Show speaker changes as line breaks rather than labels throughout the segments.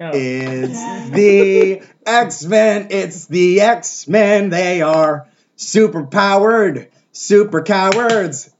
Oh.
It's the X Men. It's the X Men. They are super powered, super cowards.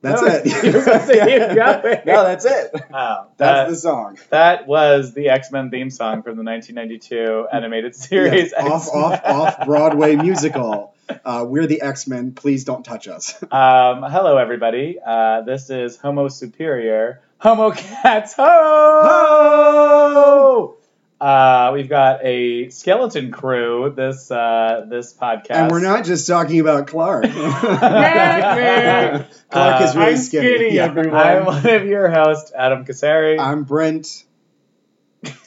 That's
Oh, you were supposed to
it.
keep going. Uh,
no, that's it.
Wow.
That's
that,
the song.
that was the X Men theme song from the 1992
Hmm.
animated series.
Yes, off,
X-Men.
off, off Broadway musical. Uh, we're the X Men. Please don't touch us.
Um, hello, everybody. Uh, this is Homo Superior. Homo Cats Ho! Uh, we've got a skeleton crew this uh, this podcast.
And we're not just talking about Clark.
Clark
Clark is
Uh,
really
I'm
skinny.
skinny,
Yeah. Uh,
everyone.
I'm one of your hosts, Adam Casari.
I'm Brent.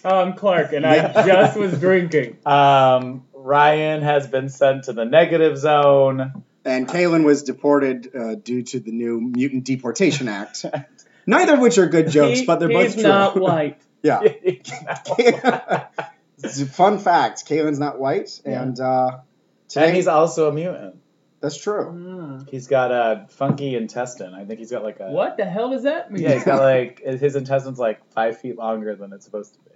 I'm Clark, and I just was drinking.
Um, Ryan has been sent to the negative zone.
And Kalen was deported uh, due to the new Mutant Deportation Act. Neither of which are good jokes,
He-
but they're both
he's
true.
not white.
yeah.
and
Fun fact: Kalen's not white, and uh, today
he's also a mutant.
that's true.
Mm.
He's got a funky intestine. I think he's got like a
What the hell does that mean?
Yeah, he's got like his intestine's like five feet longer than it's supposed to be.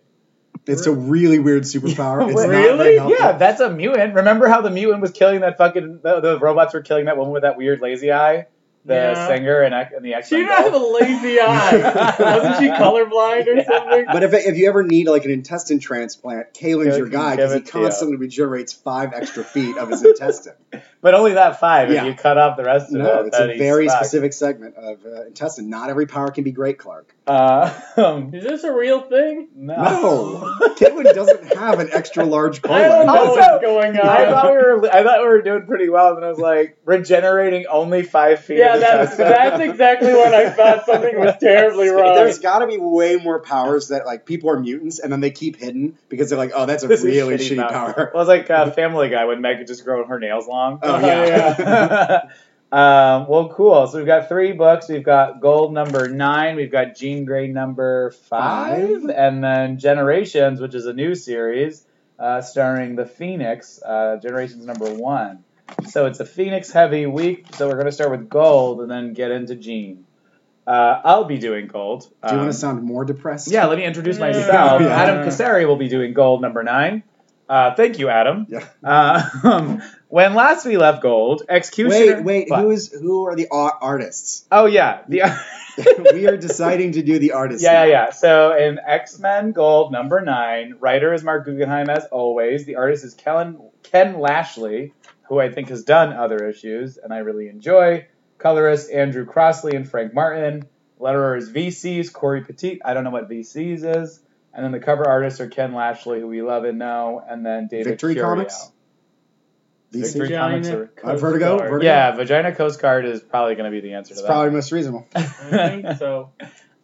It's a really weird superpower. It's not very
really?
helpful.
Yeah, that's a mutant. Remember how the mutant was killing that fucking the, the robots were killing that woman with that weird lazy eye, the
Yeah.
singer and, and the X.
She didn't have a lazy eye. Wasn't she colorblind or
Yeah.
something?
But if, if you ever need like an intestine transplant, Kalen's
Kalen can
your guy
give
because he
it to you.
constantly regenerates five extra feet of his intestine.
But only that five.
Yeah.
If you cut off the rest of
No,
it,
it's
then
a
he's
very
fucked.
specific segment of uh, intestine. Not every power can be great, Clark.
Uh, um,
Is this a real thing?
no.
No. Caitlin doesn't have an extra large colon.
I don't know
Also,
what's going on.
I thought we were I thought we were doing pretty well, and then I was like regenerating only five feet.
yeah,
of
that's
intestine.
that's exactly when I thought something was terribly wrong.
There's got to be way more powers that like people are mutants and then they keep hidden because they're like, oh, that's a
This is
really
shitty
shitty,
power.
power.
Well, it's like uh, Family Guy when Meg could just grow her nails long.
Oh,
yeah.
um, well, cool. So we've got three books. We've got Gold number nine. We've got Jean Grey number five,
Five?
and then Generations, which is a new series uh, starring the Phoenix. Uh, Generations number one. So it's a Phoenix heavy week. So we're going to start with Gold and then get into Jean. Uh, I'll be doing Gold.
Do you
Um,
want to sound more depressed?
yeah, let me introduce
Yeah.
myself.
Yeah.
Adam Casari will be doing gold number nine. Uh, thank you, Adam.
Yeah.
Uh, when last we left gold, executioner.
Wait, wait.
What?
Who is who are the ar- artists?
Oh yeah, the
we are deciding to do the artists.
yeah, yeah, yeah. So in X Men Gold number nine, writer is Mark Guggenheim as always. The artist is Kellen, Ken Lashley, who I think has done other issues and I really enjoy. Colorist Andrew Crossley and Frank Martin. Letterer is VCs Corey Petit. I don't know what VCs is. And then the cover artists are Ken Lashley, who we love and know, and then David
Victory
Curiel.
Comics? These
Victory
things-
comics
Vagina
are-
I've heard it go,
Coast
heard it
Yeah, Vagina Coast Guard is probably going to be the answer
It's
to
probably most reasonable.
Guard.
that.
I think so.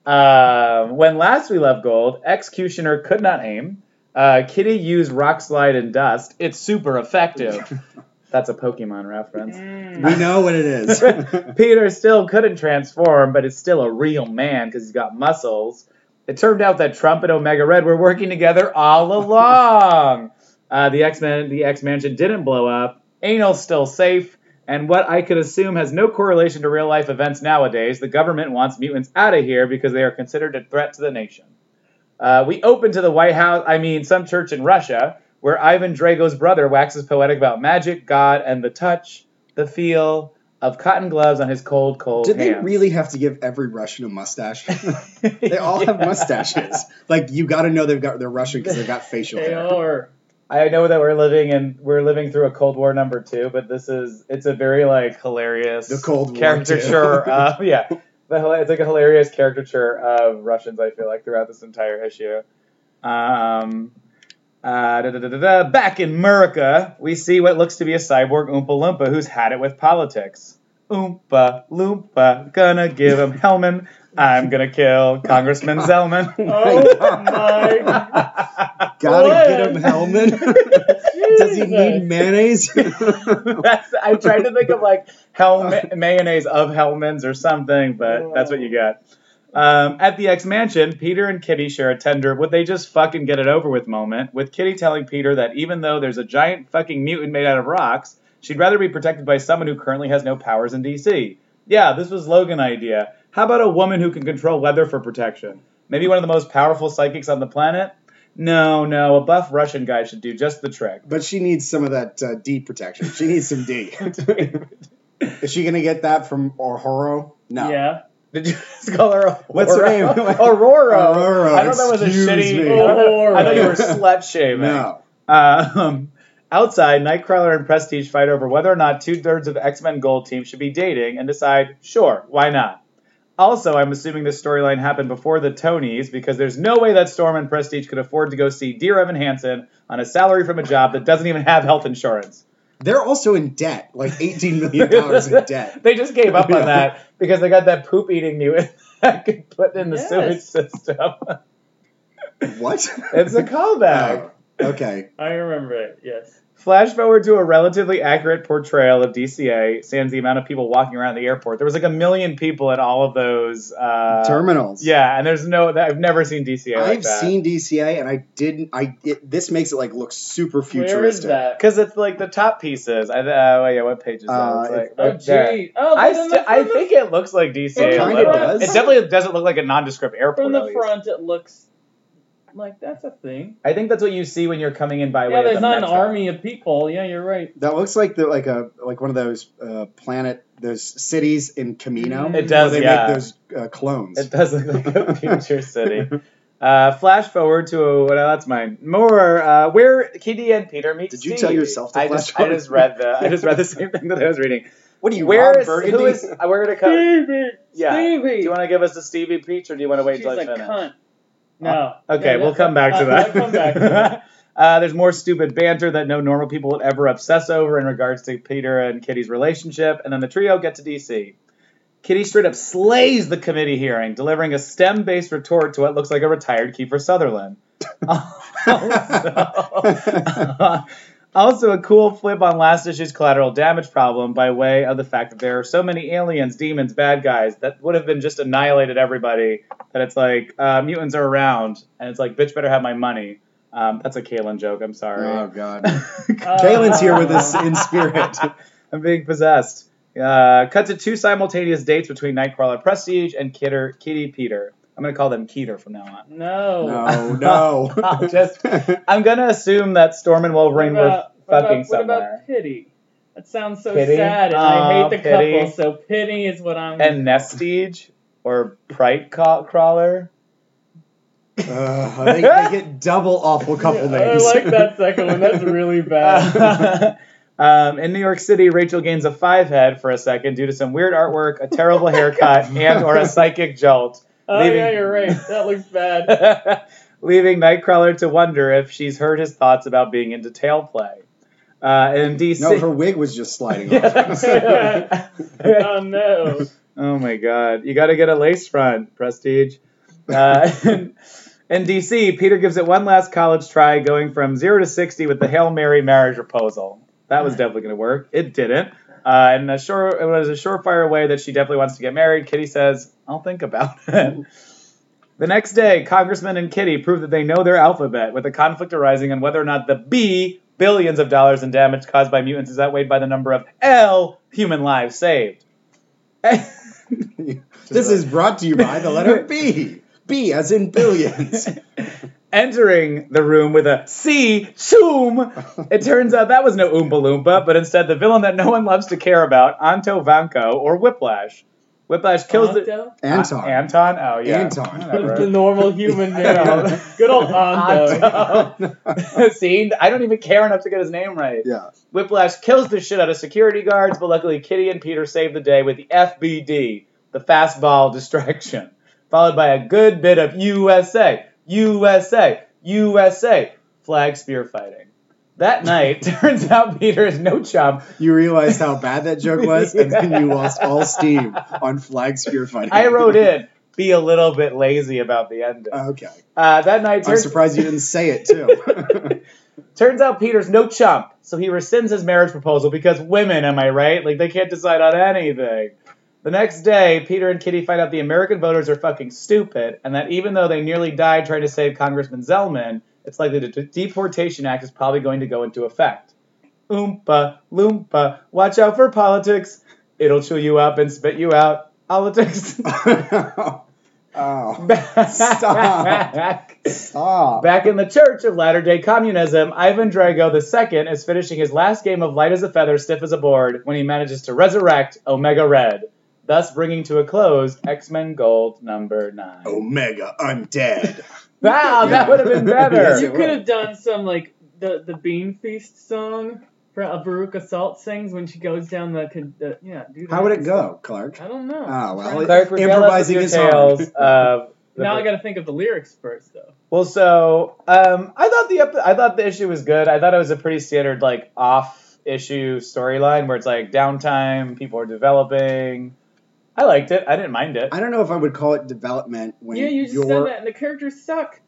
Um, when last we left gold, Executioner could not aim. Uh, Kitty used Rock Slide and Dust. It's super effective. That's a Pokemon reference.
Hmm.
we know what it is.
Peter still couldn't transform, but is still a real man because he's got muscles. It turned out that Trump and Omega Red were working together all along. Uh, the X Men, the X Mansion didn't blow up. Anal's still safe, and what I could assume has no correlation to real life events nowadays. The government wants mutants out of here because they are considered a threat to the nation. Uh, we open to the White House, I mean, some church in Russia, where Ivan Drago's brother waxes poetic about magic, God, and the touch, the feel of cotton gloves on his cold, cold
Did they
hands.
really have to give every Russian a mustache? they all have
Yeah.
mustaches. Like you got to know they've got they're Russian because they've got facial
They
hair.
are.
I know that we're living in we're living through a Cold War number two, but this is it's a very like hilarious
The Cold War
caricature.
two.
of, yeah, the, hila- it's like a hilarious caricature of Russians. I feel like throughout this entire issue. Um, uh, da, da, da, da, da. Back in America, we see what looks to be a cyborg Oompa Loompa who's had it with politics. Oompa Loompa, gonna give him Hellman. I'm gonna kill Congressman Zellman.
Oh my
Gotta
What?
get him Hellman. Does he need mayonnaise?
That's I tried to think of like hell mayonnaise of Hellman's or something, but that's what you got. Um, at the X Mansion, Peter and Kitty share a tender "Would they just fucking get it over with?" moment, with Kitty telling Peter that even though there's a giant fucking mutant made out of rocks, she'd rather be protected by someone who currently has no powers in DC. Yeah, this was Logan idea. How about a woman who can control weather for protection? Maybe one of the most powerful psychics on the planet? No, no, a buff Russian guy should do just the trick.
But she needs some of that uh, D protection. She needs some D. Is she gonna get that from Orhoro? No.
Yeah.
Did you just call her Aurora?
What's her name?
Aurora.
Aurora,
I thought that was a
excuse
shitty.
me.
I thought- I thought you were
Aurora.
slut shaming.
No.
Um, outside, Nightcrawler and Prestige fight over whether or not two thirds of X Men Gold team should be dating and decide, sure, why not? Also, I'm assuming this storyline happened before the Tonys because there's no way that Storm and Prestige could afford to go see Dear Evan Hansen on a salary from a job that doesn't even have health insurance.
They're also in debt, like eighteen million dollars in debt.
They just gave up
Yeah.
on that because they got that poop eating unit that could put in the
Yes.
sewage system.
What?
it's a callback.
Oh, okay.
I remember it. Yes.
Flash forward to a relatively accurate portrayal of DCA, sans the amount of people walking around the airport. There was like a million people at all of those. Uh,
Terminals.
Yeah, and there's no, I've never seen DCA like
I've seen DCA, and I didn't. I it, this makes it like look super futuristic.
Where is that?
Because it's like the top pieces. I, uh, yeah, what page is that?
Uh,
It's like
it's-
Oh,
right there.
gee. Oh,
I,
from
st-
the-
I
from the-
think it looks like DCA.
It
a
kinda
little.
does.
It definitely doesn't look like a nondescript airport.
From
at
the
least.
front, it looks like that's a thing.
I think that's what you see when you're coming in by way
Yeah,
of
there's
the
not an
metro.
army of people. Yeah, you're right.
That looks like the like a like one of those uh, planet those cities in Camino.
It
does,
Where they
yeah.
make those uh, clones.
It does look like a future city. Uh, flash forward to a, well, that's mine. More uh, where Kitty and Peter meet.
Did you
Steve.
tell yourself to
I
flash
just, I just read the I just read the same thing that I was reading.
what are you?
Where
Ron
is
Burgundy?
who is uh, we're gonna come?
Stevie.
Yeah.
Stevie.
Do you want to give us the Stevie Peach or do you want to wait
She's
till I
a
finish? Uh,
cunt. No.
Okay,
Yeah,
we'll
that's-
come back to
I'll-
that.
I'll come back to that.
Uh, there's more stupid banter that no normal people would ever obsess over in regards to Peter and Kitty's relationship, and then the trio get to DC. Kitty straight up slays the committee hearing, delivering a STEM based retort to what looks like a retired Kiefer Sutherland. also, also, a cool flip on last issue's collateral damage problem by way of the fact that there are so many aliens, demons, bad guys that would have been just annihilated everybody that it's like uh, mutants are around, and it's like, bitch, better have my money. Um, that's a Kalen joke. I'm sorry.
Oh God,
Uh,
Kalen's here with us in spirit.
I'm being possessed. Uh, cut to two simultaneous dates between Nightcrawler Prestige and Kidder, Kitty Peter. I'm gonna call them Keter from now on.
No.
No, no.
I'll just- I'm gonna assume that Storm and
What
Wolverine were
about, what
fucking
about, what
somewhere.
about pity? That sounds so
Pity?
sad, and
Aw,
I hate the
pity.
couple. So pity is what I'm.
and Nestige or Pride Ca- Crawler.
Uh,
Ugh, I think Uh, they get double awful couple
Yeah,
names.
I like that second one. That's really bad.
um, in New York City, Rachel gains a five head for a second due to some weird artwork, a terrible haircut, and or a psychic jolt,
oh
leaving-
yeah, you're right. That looks bad.
leaving Nightcrawler to wonder if she's heard his thoughts about being into tail play. Uh, in DC,
No, her wig was just sliding off.
Yeah. oh no.
Oh my god. You gotta get a lace front, prestige. Uh, in, in DC, Peter gives it one last college try, going from 0 to 60 with the Hail Mary marriage proposal. That was definitely gonna work. It didn't. Uh, and a sure, it was a surefire way that she definitely wants to get married. Kitty says, I'll think about it. The next day, Congressman and Kitty prove that they know their alphabet, with a conflict arising on whether or not the B, billions of dollars in damage caused by mutants, is outweighed by the number of L, human lives saved.
this is brought to you by the letter B. B as in billions.
entering the room with a C choom. It turns out that was no Oompa Loompa, but instead the villain that no one loves to care about, Anto Vanko or Whiplash. Whiplash kills the
Anto?
Anton.
Anton. Oh yeah,
Anton.
The
Whatever.
normal human name.
Yeah.
Good old Anto.
Anto. See, I don't even care enough to get his name right.
yeah.
Whiplash kills the shit out of security guards, but luckily Kitty and Peter save the day with the FBD, the fastball distraction, followed by a good bit of USA, USA, USA flag spear fighting. That night, turns out Peter is no chump.
You realized how bad that joke was, and then you lost all steam on flag spear fighting.
I wrote in, be a little bit lazy about the ending.
Okay.
Uh, that night,
I'm
turns,
surprised you didn't say it too.
turns out Peter's no chump, so he rescinds his marriage proposal because women, am I right? Like, they can't decide on anything. The next day, Peter and Kitty find out the American voters are fucking stupid, and that even though they nearly died trying to save Congressman Zellman, it's likely the De- Deportation Act is probably going to go into effect. Oompa, loompa, watch out for politics. It'll chew you up and spit you out. Politics.
Oh,
Back,
stop.
back in the Church of Latter day Communism, Ivan Drago II is finishing his last game of light as a feather, stiff as a board when he manages to resurrect Omega Red, thus bringing to a close X Men Gold number 9.
Oh. Omega, I'm dead.
Wow, that would have been better.
Yes,
You
it
could
would.
have done some like the the Bean Feast song for uh, Baruch Assault sings when she goes down the, con- the yeah. Do that.
How would it go, Clark?
I don't know.
Ah, well,
Trying to-
Clark, regale us with
Improvising
your
is hard.
tales of the
now I got to think of the lyrics first though.
Well, so um, I thought the ep- I thought the issue was good. I thought it was a pretty standard like off issue storyline where it's like downtime, people are developing. I liked it. I didn't mind it.
I don't know if I would call it development when
yeah, you just
you're
said that, and the characters suck.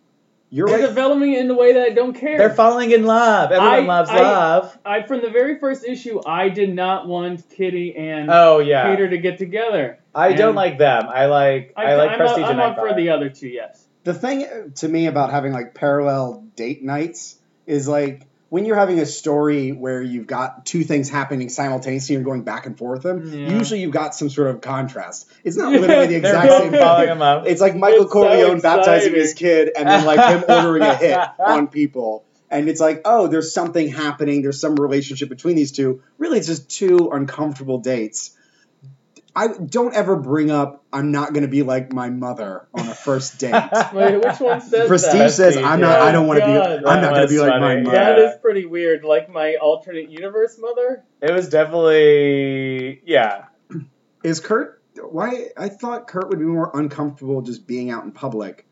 you're
They're
right.
developing it in a way that I don't care.
They're falling in love. Everyone
I-
loves
I-
love.
I from the very first issue, I did not want Kitty and
Oh yeah.
Peter to get together.
I don't
and-
like them. I like I,
I'm-
like
I'm up,
Prestige
I'm
and
up for
Nightfire.
the other two. Yes.
The thing uh, to me about having like parallel date nights is like when you're having a story where you've got two things happening simultaneously and you're going back and forth them,
Yeah.
usually you've got some sort of contrast. It's not
Yeah,
literally the
they're
exact
They're
same
both
thing.
falling in love.
It's like Michael
It's so
Corleone baptizing his kid and then like him ordering a hit on people. And it's like, oh, there's something happening. There's some relationship between these two. Really, it's just two uncomfortable dates. I don't ever bring up I'm not going to be like my mother on a first date.
Wait, which one says
Prestige
that?
says I'm not. I don't want to be.
God,
I'm not
that
going to be
was
like my
funny.
mother.
That
Yeah.
is pretty weird. Like my alternate universe mother.
It was definitely yeah.
Is Kurt? Why? I thought Kurt would be more uncomfortable just being out in public,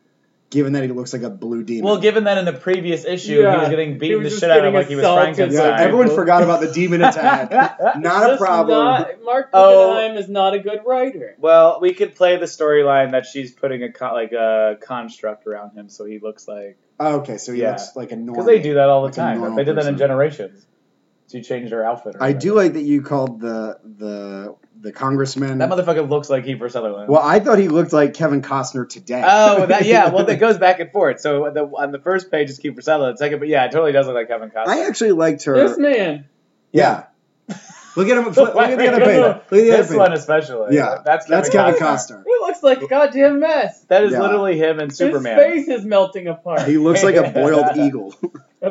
given that he looks like a blue demon.
Well, given that in the previous issue he
Yeah.
was getting beaten
was
the
just
shit out of
getting
like he was
assaulted.
Frankenstein.
yeah, everyone
Well-
forgot about the demon attack. Not a
Just
problem.
not- Mark
Oh.
Guggenheim is not a good writer.
Well, we could play the storyline that she's putting a con- like a construct around him, so he looks like
Oh, Okay, so he
Yeah.
looks like a normal.
because they do that all the
Like a
time.
normal
They did that in
person.
Generations. She changed her outfit. or
I do
whatever.
like that you called the the the congressman.
That motherfucker looks like Kiefer Sutherland.
well, I thought he looked like Kevin Costner today.
oh, that, yeah. Well, it goes back and forth. So the, on the first page is Kiefer Sutherland. Second, but yeah, it totally does look like Kevin Costner.
I actually liked her.
This man.
yeah. Look at him. Look at the other
Why
page.
are
Look
you-
at the
this
other
one
page.
especially.
Yeah,
that's Kevin
That's Kevin
Costner.
Costner.
He looks like a goddamn mess.
That is
Yeah.
literally him and Superman.
His face is melting apart.
He looks like a boiled eagle.
A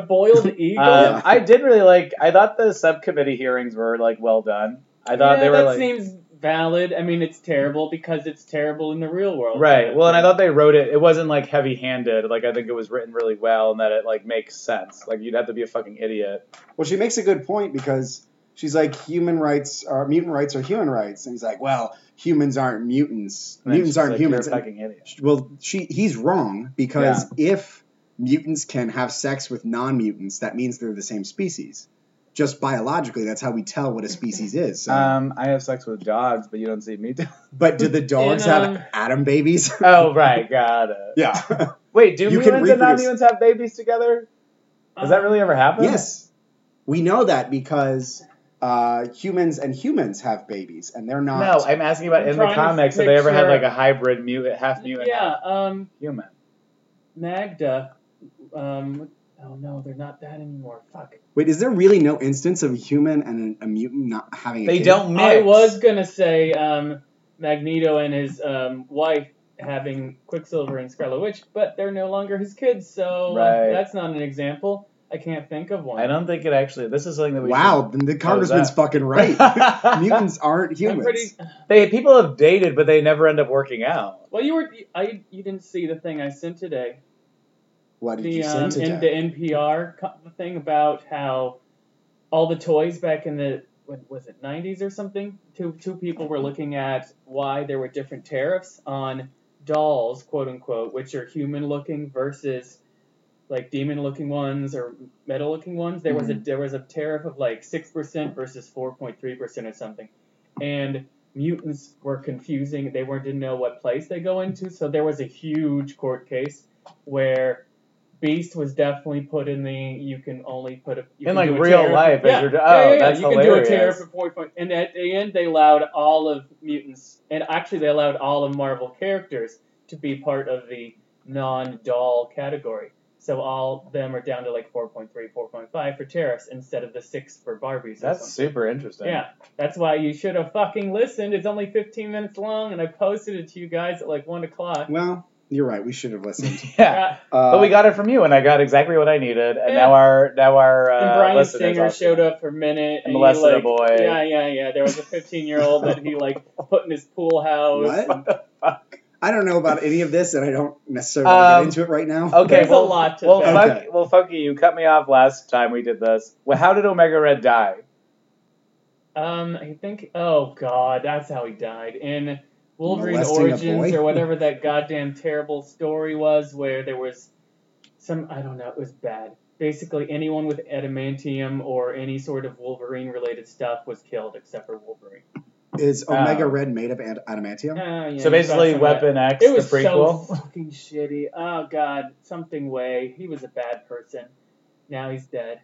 boiled eagle.
Um,
Yeah.
I did really like. I thought the subcommittee hearings were like well done. I thought
yeah,
they were
that
like
seems valid. I mean, it's terrible because it's terrible in the real world.
right. Well, and I thought they wrote it. It wasn't like heavy-handed. Like I think it was written really well, and that it like makes sense. Like you'd have to be a fucking idiot.
Well, she makes a good point because she's like, human rights are mutant rights are human rights, and he's like, well, humans aren't mutants.
And then
Mutants
she's
aren't
like,
humans.
You're a fucking idiot.
well she he's wrong because if mutants can have sex with non-mutants that means they're the same species just biologically that's how we tell what a species is so.
Um, I have sex with dogs, but you don't see me. Do-
but do the dogs
and, um,
have atom babies
oh right, got it.
yeah
Wait, do
You can
mutants and
reproduce.
non-mutants have babies together? Does
Um,
that really ever happen?
yes we know that because uh, humans and humans have babies and they're not
No, I'm asking about
I'm
in the
trying to
comics. Have they ever had
picture-
like a hybrid mutant, half mutant,
Yeah.
half
Um,
human?
Magda. Um, oh no, they're not that anymore. Fuck.
wait is there really no instance of a human and a, a mutant not having a
They
kid?
don't mix.
I was gonna say um, Magneto and his um, wife having Quicksilver and Scarlet Witch, but they're no longer his kids, so uh,
Right.
that's not an example. I can't think of one.
I don't think it actually. This is something that we.
wow then the congressman's
that?
fucking
should-
right mutants aren't
I'm
humans
pretty-
They people have dated, but they never end up working out.
well, you were I you didn't see the thing I sent today.
what
uh,
did
the
you send
um,
today?
in the NPR co- thing about how all the toys back in the what was it 90s or something two two people were looking at why there were different tariffs on dolls quote unquote which are human looking versus like demon looking ones or metal looking ones there was
Mm-hmm.
a there was a tariff of like 6% versus 4.3% or something and mutants were confusing they weren't didn't know what place they go into so there was a huge court case where beast was definitely put in the you can only put a you
In,
can
like,
do a
real
tariff-
life, as
yeah,
you're-
yeah, yeah,
oh,
yeah,
that's
you can
hilarious.
do a tariff of four point and at the end they allowed all of mutants and actually they allowed all of marvel characters to be part of the non-doll category So all of them are down to like 4.3, 4.5 for tariffs instead of the six for Barbies. or
That's
something.
super interesting.
Yeah, that's why you should have fucking listened. It's only 15 minutes long, and I posted it to you guys at like one o'clock.
Well, you're right. We should have listened.
yeah.
Uh,
Uh,
But we got it from you, and I got exactly what I needed. And
Yeah.
now our now our uh,
and Brian
listeners
Singer
also-
showed up for a minute,
And
and, he,
molested a
like,
boy.
Yeah, yeah, yeah. There was a 15 year old that he like put in his pool house.
what? I don't know about any of this, and I don't necessarily
Um,
want to get into it right now.
Okay,
There's a
well,
lot to
well,
that.
fuck,
Okay.
well, fuck you. You cut me off last time we did this. Well, how did Omega Red die?
Um, I think. Oh God, that's how he died in Wolverine
Molesting a
Origins
boy?
or whatever that goddamn terrible story was, where there was some. I don't know. It was bad. Basically, anyone with adamantium or any sort of Wolverine-related stuff was killed, except for Wolverine.
Is Omega
Oh.
Red made of ad- adamantium?
Ah, yeah,
so basically,
that's all right.
Weapon X,
It was
the prequel.
so fucking shitty. Oh God, something way. He was a bad person. Now he's dead.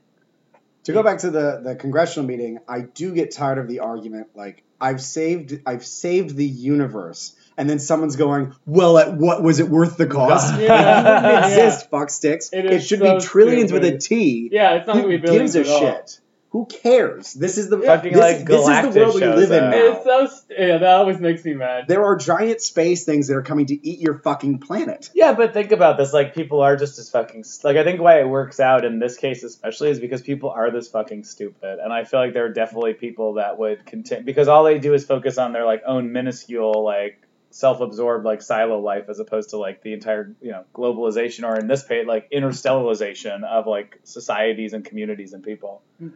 To go back to the, the congressional meeting, I do get tired of the argument like I've saved I've saved the universe, and then someone's going, "Well, at what was it worth the cost?"
Yeah.
It doesn't exist, fuck sticks.
It
It,
is
should
so
be trillions with a
stupid.
T.
Yeah, it's not gonna
Who
be
gives
billions
a
at all.
shit? Who cares? This is the
Yeah.
Fucking
this,
like
this is the
Galactus
world we
shows
live in
up.
now.
It's uh, so st- yeah, that always makes me mad.
There are giant space things that are coming to eat your fucking planet.
Yeah, but think about this. Like, people are just as fucking. st- Like, I think why it works out in this case, especially, is because people are this fucking stupid. And I feel like there are definitely people that would continue. Because all they do is focus on their, like, own minuscule, like, self absorbed, like, silo life as opposed to, like, the entire, you know, globalization or in this page, like, interstellarization of, like, societies and communities and people.
Mm.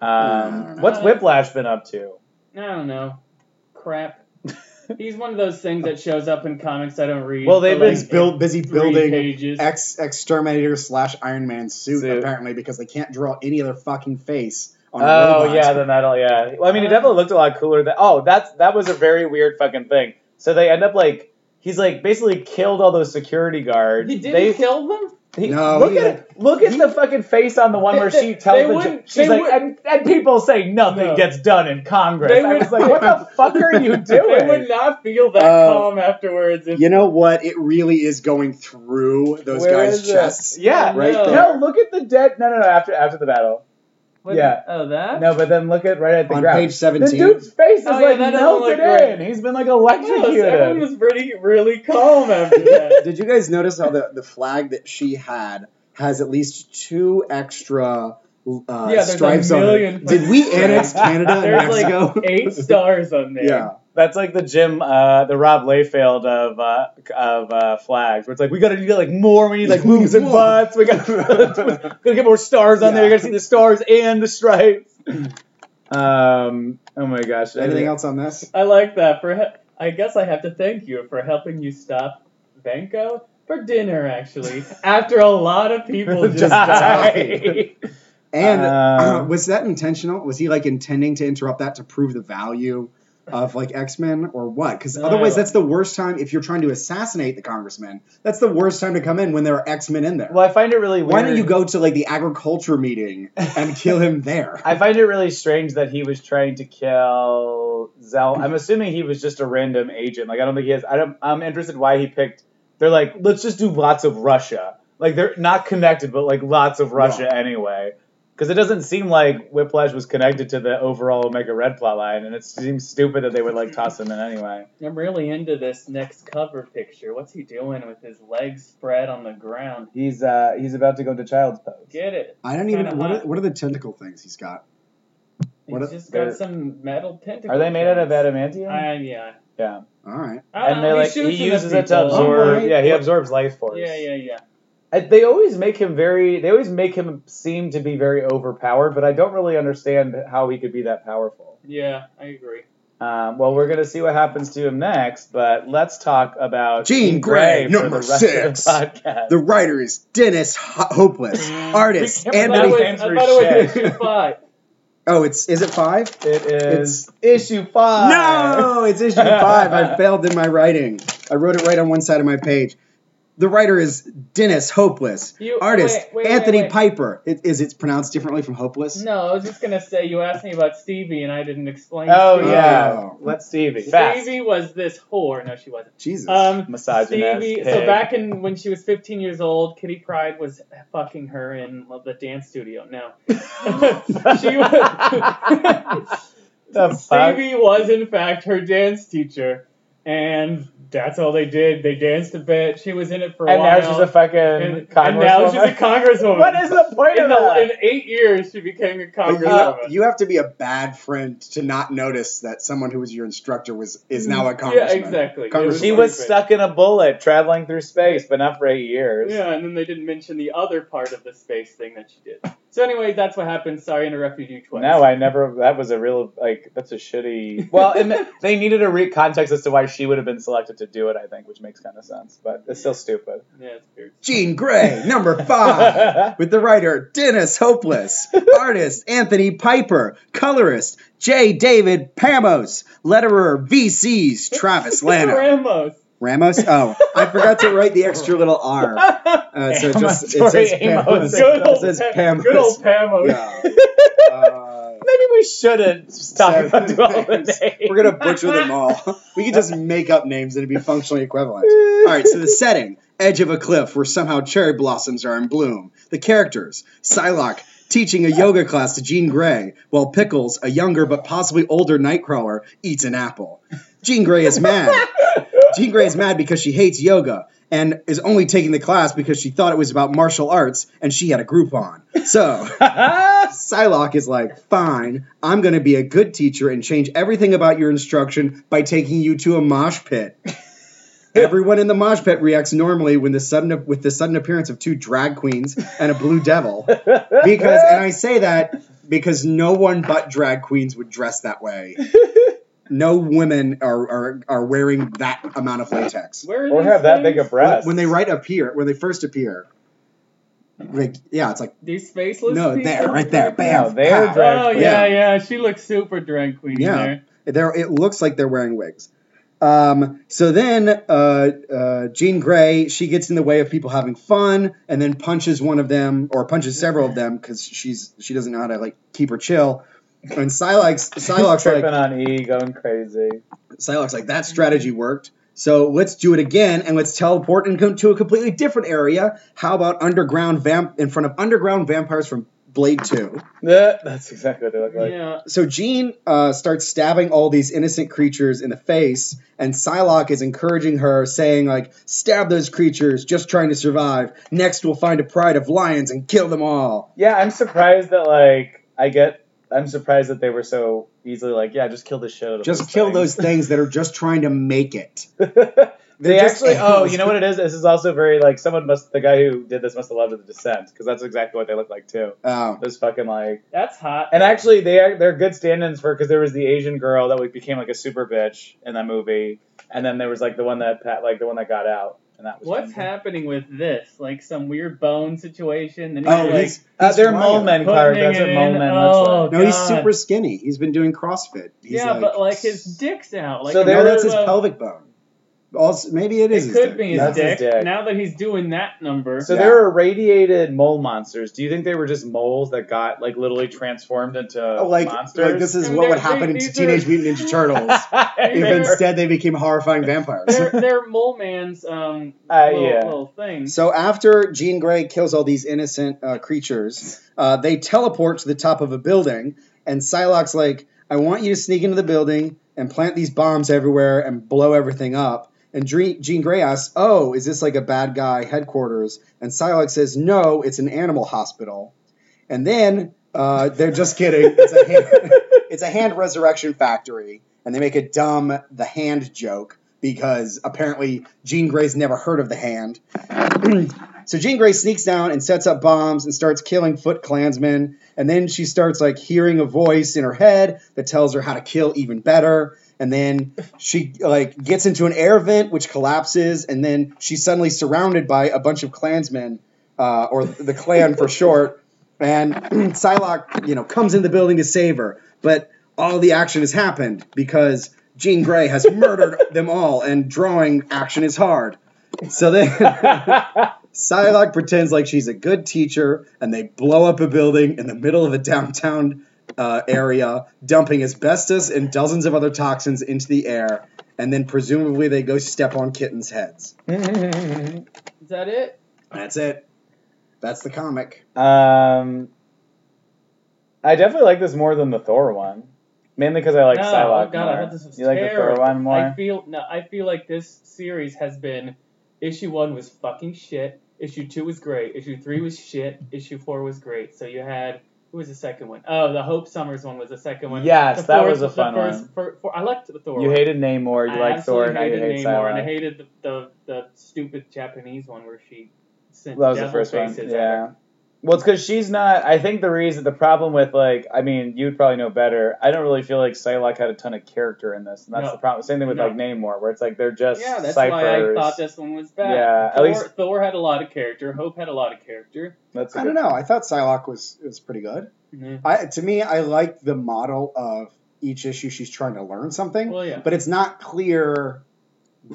I
Um,
don't
what's
know.
Whiplash been up to?
I don't know. Crap. He's one of those things that shows up in comics I don't read.
Well, they've
for,
been
He's
like,
build, busy
three
building
pages.
ex exterminator slash Iron Man suit,
Suit.
apparently because they can't draw any other fucking face on a
Oh
robot.
yeah, then that'll yeah. Well, I mean, it definitely looked a lot cooler. Than, oh, that's that was a very weird fucking thing. So they end up like he's like basically killed all those security guards.
He didn't
they,
kill them.
he-
No,
look
he
at it. Look at the fucking face on the one
They-
where she
they-
tells
they
the
wouldn't-
she's
they
like, and, and people say nothing
No.
gets done in Congress.
They
I was
would-
like, what the fuck are you
They would
doing?
not feel that
Uh,
calm afterwards. If
You know what? It really is going through those
Where
guys'
is it?
chests.
Yeah,
Oh,
Right
No,
there.
look at the dead. No, no, no. After after the battle.
What-
yeah.
Oh, that.
No, but then look at right at the
On
ground.
page
The
17.
dude's face is
Oh, yeah,
like
that doesn't
melted
look
in. He's been like electrocuted.
Yes, everyone was pretty really calm after that.
Did you guys notice how the, the flag that she had has at least two extra uh,
Yeah, there's a
stripes on
million
it? Did we annex Canada and
There's like
Ah, Mexico?
eight stars on there.
yeah.
That's like the Jim, uh, the Rob Layfield of uh, of uh, flags, where it's like we gotta get like more, we need like boobs and
More.
butts, we gotta, we gotta get more stars on there, we
Yeah.
gotta see the stars and the stripes. Um, oh my gosh,
Anything else on this?
I like that. For he- I guess I have to thank you for helping you stop Vanko for dinner. Actually, after a lot of people just
Just
died.
died. And
Um,
uh, was that intentional? Was he like intending to interrupt that to prove the value of like X Men or what? Because
No,
otherwise,
I-
that's the worst time if you're trying to assassinate the congressman. That's the worst time to come in when there are X Men in there.
Well, I find it really weird.
Why don't you go to like the agriculture meeting and kill him there?
I find it really strange that he was trying to kill Zell. I'm assuming he was just a random agent. Like I don't think he has. I don't. I'm interested why he picked. They're like, let's just do lots of Russia. Like they're not connected, but like lots of Russia
Yeah.
anyway. Because it doesn't seem like Whiplash was connected to the overall Omega Red plotline, and it seems stupid that they would like toss him in anyway.
I'm really into this next cover picture. What's he doing with his legs spread on the ground?
He's uh he's about to go into child's pose.
Get it?
I don't even.
Kinda
What
hot.
are, what are the tentacle things he's got?
He's
What a-
just
they're-
got some metal tentacles.
Are they made out of adamantium?
I, yeah.
yeah.
All right.
I don't
And they
know,
like
shoots
he
in the
uses it to
people. Oh
absorb.
Alright.
Yeah, he absorbs life force.
Yeah, yeah, yeah.
I, they always make him very. They always make him seem to be very overpowered, but I don't really understand how he could be that powerful.
Yeah, I agree.
Um, well, we're gonna see what happens to him next, but let's talk about
Jean
Jean
Grey,
Grey, for
number
the rest Of
six.
the podcast.
The writer is Dennis Ho- Hopeless.
Mm.
Artist
We can't
I thought it
Anthony.
remember
was, I thought it was issue five.
Oh, it's is it five?
it is issue five.
No, it's issue five. I failed in my writing. I wrote it right on one side of my page. The writer is Dennis Hopeless.
You,
Artist
wait, wait, wait,
Anthony
wait.
Piper. It, is it pronounced differently from Hopeless?
No, I was just gonna say you asked me about Stevie and I didn't explain.
Oh
Stevie.
yeah,
Oh.
let's Stevie. Fast.
Stevie was this whore. No, she wasn't.
Jesus.
Um,
Misogynist
Stevie. So
pig.
back in when she was 15 years old, Kitty Pride was fucking her in the dance studio. No, she was.
the fuck?
Stevie was in fact her dance teacher, and that's all they did. They danced a bit. She was in it for a
And
while.
now she's a fucking
and, and
congresswoman.
now she's a congresswoman.
What is the point
in,
of
the,
that?
in eight years, she became a
But you,
congresswoman.
you have to be a bad friend to not notice that someone who was your instructor was is now a
yeah,
congressman.
exactly.
Congressman.
she was stuck in a bullet traveling through space, but not for eight years.
Yeah, and then they didn't mention the other part of the space thing that she did. So anyway, that's what happened. Sorry, I interrupted you twice.
No, I never. That was a real like. That's a shitty. Well, and they needed a re- context as to why she would have been selected to do it. I think, which makes kind of sense, but it's still stupid.
Yeah, it's weird.
Gene Gray, number five. With the writer Dennis Hopeless, artist Anthony Piper, colorist J. David Pamos, letterer VCs Travis Lano.
Ramos.
Ramos? Oh, I forgot to write the extra little R. Uh, so it just it says
Amos.
Pamos.
Oh, Good old,
It says
Pam- good old Pamos.
Yeah. Uh,
Maybe we shouldn't stop
Seven
about all the
names.
names.
We're gonna butcher them all. We could just make up names and it'd be functionally equivalent. All right, so the setting: edge of a cliff where somehow cherry blossoms are in bloom. The characters: Psylocke teaching a yoga class to Jean Grey, while Pickles, a younger but possibly older Nightcrawler, eats an apple. Jean Grey is mad. Jean Grey is mad because she hates yoga and is only taking the class because she thought it was about martial arts and she had a Groupon. So. Psylocke is like, fine, I'm going to be a good teacher and change everything about your instruction by taking you to a mosh pit. Everyone in the mosh pit reacts normally when the sudden with the sudden appearance of two drag queens and a blue devil. Because and I say that because no one but drag queens would dress that way. No women are are, are wearing that amount of latex.
Where are
or
these
have that
things?
big a breast
When they right appear, when they first appear, like yeah, it's like
These faceless
no,
people?
there, right there, bam,
No, they're
pow.
drag
Oh,
queen.
yeah, yeah. She looks super drag queen
Yeah.
in
They're, it looks like they're wearing wigs. Um, so then uh, uh, Jean Grey, she gets in the way of people having fun and then punches one of them or punches several of them because she's she doesn't know how to like keep her chill. And Psylocke's, Psylocke's
tripping
like
on E, going crazy.
Psylocke's like that strategy worked. So let's do it again and let's teleport and come to a completely different area. How about underground vamp in front of underground vampires from Blade Two?
Yeah, That's exactly what they look
there.
like.
Yeah.
so Jean uh, starts stabbing all these innocent creatures in the face, and Psylocke is encouraging her, saying like, "Stab those creatures, just trying to survive. Next, we'll find a pride of lions and kill them all."
Yeah, I'm surprised that like I get. I'm surprised that they were so easily like, yeah, just kill the shit out of
Just
those
kill
things.
those things that are just trying to make it.
they
They're just
actually. Oh,
animals.
you know what it is? This is also very like someone must. The guy who did this must have loved the descent because that's exactly what they look like too.
Oh,
Those fucking like.
That's hot.
And actually, they are they're good stand-ins for because there was the Asian girl that like, became like a super bitch in that movie, and then there was like the one that Pat like the one that got out, and that was
What's
fun.
happening with this? Like some weird bone situation? Then
oh,
you're like,
he's,
Uh,
he's
they're
wild.
mole men, Clark.
Putting
That's
it
what
in.
mole men looks
Oh,
like.
No, he's
God.
super skinny. He's been doing CrossFit. He's
yeah,
like,
but like his dick's out. Like
So
no,
there
that's
was
his
uh,
pelvic bone. Also, maybe it
It
is. his
could
dick.
be his,
Yeah.
That's his
dick.
dick.
Now that he's doing that number,
So
Yeah.
there are irradiated mole monsters. Do you think they were just moles that got like literally transformed into
Oh, like,
monsters?
like this is
I mean,
what would
they're- they-
happen to
these
Teenage
are-
Mutant Ninja Turtles if
They were-
instead they became horrifying vampires.
they're, they're mole man's um
Uh,
little,
yeah.
little thing.
So after Jean Grey kills all these innocent uh, creatures, uh, they teleport to the top of a building, and Psylocke's like, "I want you to sneak into the building and plant these bombs everywhere and blow everything up." And Dre- Jean Grey asks, "Oh, is this like a bad guy headquarters?" And Psylocke says, "No, it's an animal hospital." And then uh, they're just kidding. It's a hand, it's a hand resurrection factory, and they make a dumb the hand joke because apparently Jean Grey's never heard of the hand. so Jean Grey sneaks down and sets up bombs and starts killing Foot Klansmen, and then she starts like hearing a voice in her head that tells her how to kill even better. And then she like gets into an air vent which collapses, and then she's suddenly surrounded by a bunch of Klansmen, uh, or the Klan for short. And Psylocke, you know, comes in the building to save her, but all the action has happened because Jean Grey has murdered them all, and drawing action is hard. So then Psylocke pretends like she's a good teacher, and they blow up a building in the middle of a downtown uh, area, dumping asbestos and dozens of other toxins into the air, and then presumably they go step on kittens' heads.
Is that it?
That's it. That's the comic.
um, I definitely like this more than the Thor one, mainly because I like
no,
Psylocke
oh God, I
more.
thought this was
you like the Thor
terrible.
one more?
I feel no, I feel like this series has been issue one was fucking shit, issue two was great, issue three was shit, issue four was great. So you had who was the second one? Oh, the Hope Summers one was the second one.
Yes,
The
that
fourth-
was a
the
fun
first,
one.
fir- fir- I liked the Thor.
you
one.
hated Namor, you
I
like Thor,
absolutely
and I
hated
hate
Namor, and I
Psylocke.
hated the, the the stupid Japanese one where she
That
sent
was the
devil
first one.
faces at her.
Yeah. Well, it's because she's not. I think the reason, the problem with like, I mean, you'd probably know better. I don't really feel like Psylocke had a ton of character in this, and that's
No.
the problem. Same thing with
No.
like Namor, where it's like they're just
yeah, that's why I
ciphers.
thought this one was bad.
Yeah, at
Thor,
least-
Thor had a lot of character. Hope had a lot of character.
That's a
I
good-
don't know. I thought Psylocke was was pretty good.
Mm-hmm.
I to me, I like the model of each issue. She's trying to learn something,
Well, yeah.
but it's not clear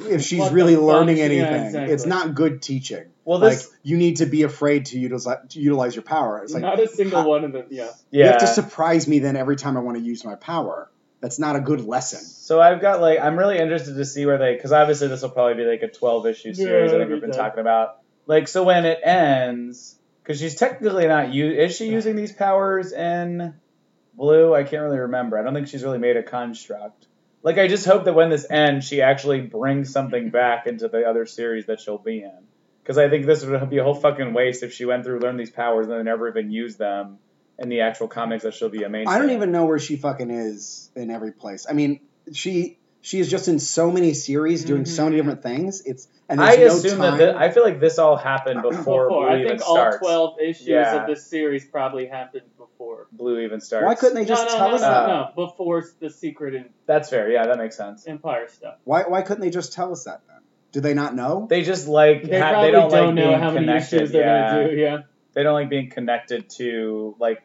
if she's
What the
really
fuck-
learning
yeah,
anything.
exactly.
It's not good teaching.
Well, this
like you need to be afraid to utilize to utilize your power. It's like
Not a single
ha-
one of them. Yeah.
yeah.
you have to surprise me then every time I want to use my power. That's not a good lesson.
So I've got like I'm really interested to see where they because obviously this will probably be like a 12 issue
Yeah,
series I think
it'll
we've been
be done.
talking about. Like so when it ends because she's technically not you is she using these powers in blue? I can't really remember. I don't think she's really made a construct. Like I just hope that when this ends, she actually brings something back into the other series that she'll be in. Because I think this would be a whole fucking waste if she went through learned these powers and then never even used them in the actual comics that she'll be a main.
I don't even know where she fucking is in every place. I mean, she she is just in so many series doing so
Mm-hmm.
many different things. It's and there's
I
no
assume
time.
that thi- I feel like this all happened before,
Before.
Blue
I
even
think all
starts.
12 issues
Yeah.
of this series probably happened before.
Blue even starts.
why couldn't they just
no, no,
tell
no,
us
no,
that?
that?
no, Before the Secret and
That's fair. Yeah, that makes sense.
Empire stuff.
Why why couldn't they just tell us that then? Do they not know?
They just like
They
ha-
probably
they don't, like
know
being
how many
connected.
issues they're
yeah.
gonna do. Yeah.
They don't like being connected to like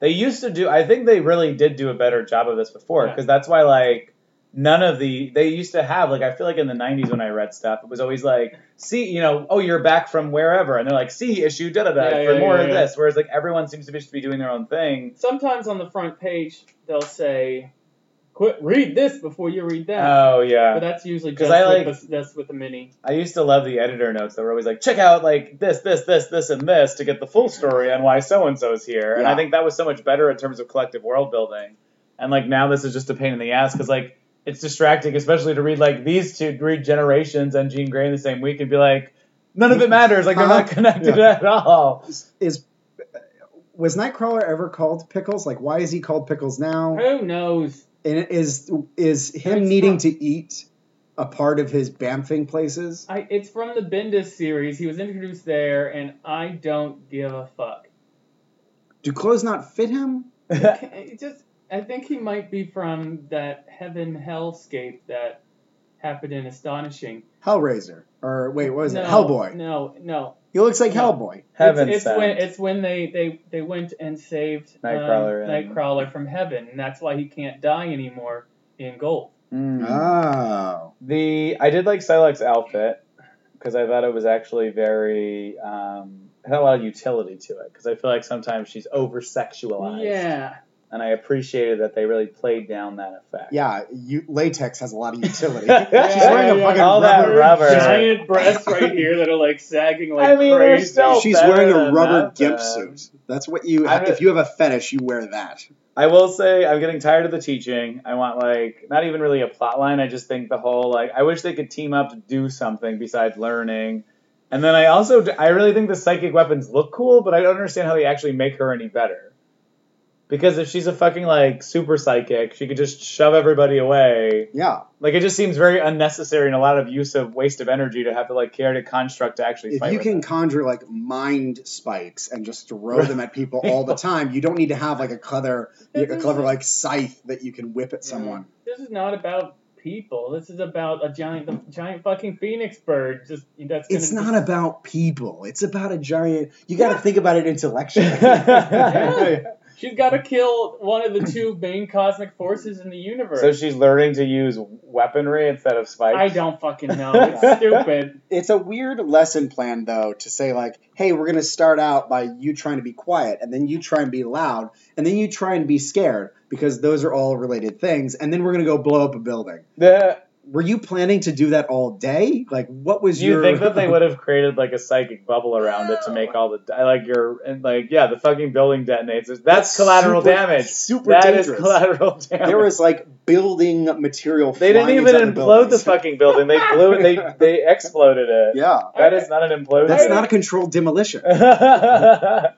they used to do. I think they really did do a better job of this before
Yeah.
because that's why like none of the they used to have like I feel like in the 90s when I read stuff it was always like see you know oh you're back from wherever and they're like see issue da da da
Yeah,
for
yeah,
more
yeah,
of
yeah.
this whereas like everyone seems to be, be doing their own thing
Sometimes on the front page they'll say, "Quit read this before you read that."
oh yeah
but that's usually
'Cause
just
I
with
like-
the, that's with the mini.
I used to love the editor notes that were always like, check out like this, this, this, this, and this to get the full story on why so and so is here. And I
Yeah.
think that was so much better in terms of collective world building. And like now this is just a pain in the ass because like it's distracting, especially to read like these two read generations and Jean Grey in the same week and be like, none of it matters. Like they're not
Huh?
connected
Yeah.
at all.
Is, is was Nightcrawler ever called Pickles? Like why is he called Pickles now?
Who knows?
And is is
It's
him needing
not-
to eat a part of his bamfing places?
I, it's from the Bendis series. He was introduced there, and I don't give a fuck.
Do clothes not fit him?
yeah,
It eh, just, I think he might be from that heaven hellscape that happened in Astonishing.
Hellraiser. Or wait, what was
no,
it? Hellboy.
No, no.
He looks like
No.
Hellboy.
Heaven
it's, it's
sent.
when it's when they they they went and saved um,
Nightcrawler and-
Nightcrawler from heaven, and that's why he can't die anymore in gold.
Ah.
Mm.
Oh.
The I did like Psylocke's outfit because I thought it was actually very um, it had a lot of utility to it because I feel like sometimes she's over sexualized.
Yeah,
And I appreciated that they really played down that effect.
Yeah, you, latex has a lot of utility.
Yeah,
She's wearing a
yeah,
fucking
all that
rubber.
rubber.
giant breasts right here that are like sagging like
I mean, they're
crazy.
still-
She's
better
wearing a
than
rubber
nothing.
gimp suit. That's what you.
I'm-
if you have a fetish, you wear that.
I will say I'm getting tired of the teaching. I want like not even really a plot line. I just think the whole like I wish they could team up to do something besides learning. And then I also I really think the psychic weapons look cool, but I don't understand how they actually make her any better. Because if she's a fucking like super psychic, she could just shove everybody away.
Yeah.
Like it just seems very unnecessary and a lot of use of waste of energy to have to like carry a construct to actually
If
fight.
you
with
can
them.
conjure like mind spikes and just throw them at people all the time, you don't need to have like a clever, a clever like scythe that you can whip at someone.
This is not about people. This is about a giant, the giant fucking phoenix bird. Just that's. Gonna
It's
be-
not about people. It's about a giant. You got to
Yeah.
think about it intellectually.
Yeah.
She's got to kill one of the two main cosmic forces in the universe.
So she's learning to use weaponry instead of spikes.
I don't fucking know. It's stupid.
It's a weird lesson plan, though, to say, like, hey, we're going to start out by you trying to be quiet, and then you try and be loud, and then you try and be scared, because those are all related things, and then we're going to go blow up a building.
The-
Were you planning to do that all day? Like, what was
Do you
your.
think that they would have created like a psychic bubble around it to make all the like your and like yeah the fucking building detonates? That's, collateral
super-
damage.
Super
That is
dangerous.
collateral damage.
There was like building material.
they didn't
flying
even
inside
implode the
buildings.
fucking building. They blew it. They they exploded it.
Yeah,
That is not an implosion.
that's not a controlled demolition.
um,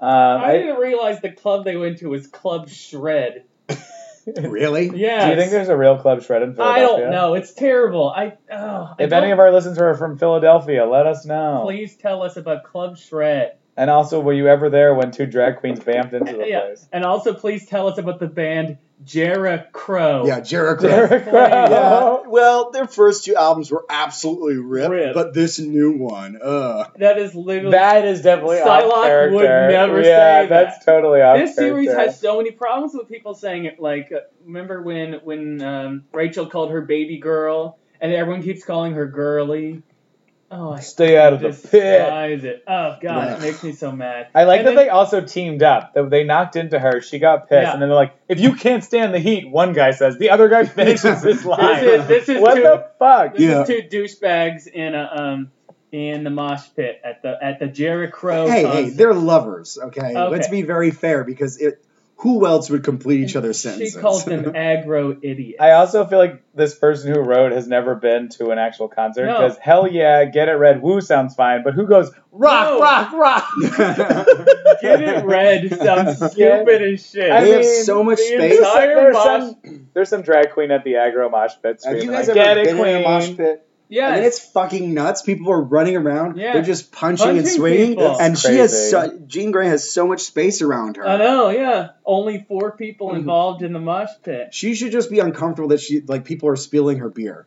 I
I,
didn't realize the club they went to was Club Shred.
really?
Yeah.
do you think there's a real club shred in
I
Philadelphia?
don't know. It's terrible. I. Oh, I
If any
don't-
of our listeners are from Philadelphia, let us know.
please tell us about Club Shred,
And also, were you ever there when two drag queens vamped into the
Yeah.
place?
and also please tell us about the band Jera Crow.
Yeah, Jericho.
Derek
Yeah.
Crow.
Well, their first two albums were absolutely ripped,
Ripped.
but this new one, uh,
That is literally.
That is definitely off
Psylocke
character.
would never
yeah,
say that.
that's totally off
this series
character.
has so many problems with people saying it. Like, uh, remember when when um, Rachel called her baby girl, and everyone keeps calling her girly. Oh, I
Stay out of the pit.
despise it. Oh god,
Ugh.
it makes me so mad.
I like
And
that
then-
they also teamed up. That They knocked into her. She got pissed,
Yeah.
and then they're like, "If you can't stand the heat," one guy says. The other guy finishes his line.
is-
this is
what
too-
the fuck?
This
Yeah.
is two douchebags in a um in the mosh pit at the at the Jerry Crow.
hey, hey,
concert.
they're lovers. Okay?
Okay.
let's be very fair because it. Who else would complete each other's sentences?
She calls them aggro idiots.
I also feel like this person who wrote has never been to an actual concert
No.
because hell yeah, get it red, woo sounds fine, but who goes rock,
No.
rock, rock?
Get it red sounds stupid as shit.
I
they have
mean,
so much
the
space.
There's, some,
Entire
there's,
mosh-
some, there's some drag queen at the aggro mosh pit.
Have
screaming
you guys
like,
ever
"Get it,
been in a mosh
queen."
pit?
yes.
I mean, it's fucking nuts. People are running around.
Yeah.
They're just punching, and
Punching
swinging.
people. That's
And she has
crazy.
so, Jean Grey has so much space around her.
I know, yeah. Only four people
Mhm.
involved in the mosh pit.
She should just be uncomfortable that she like people are spilling her beer.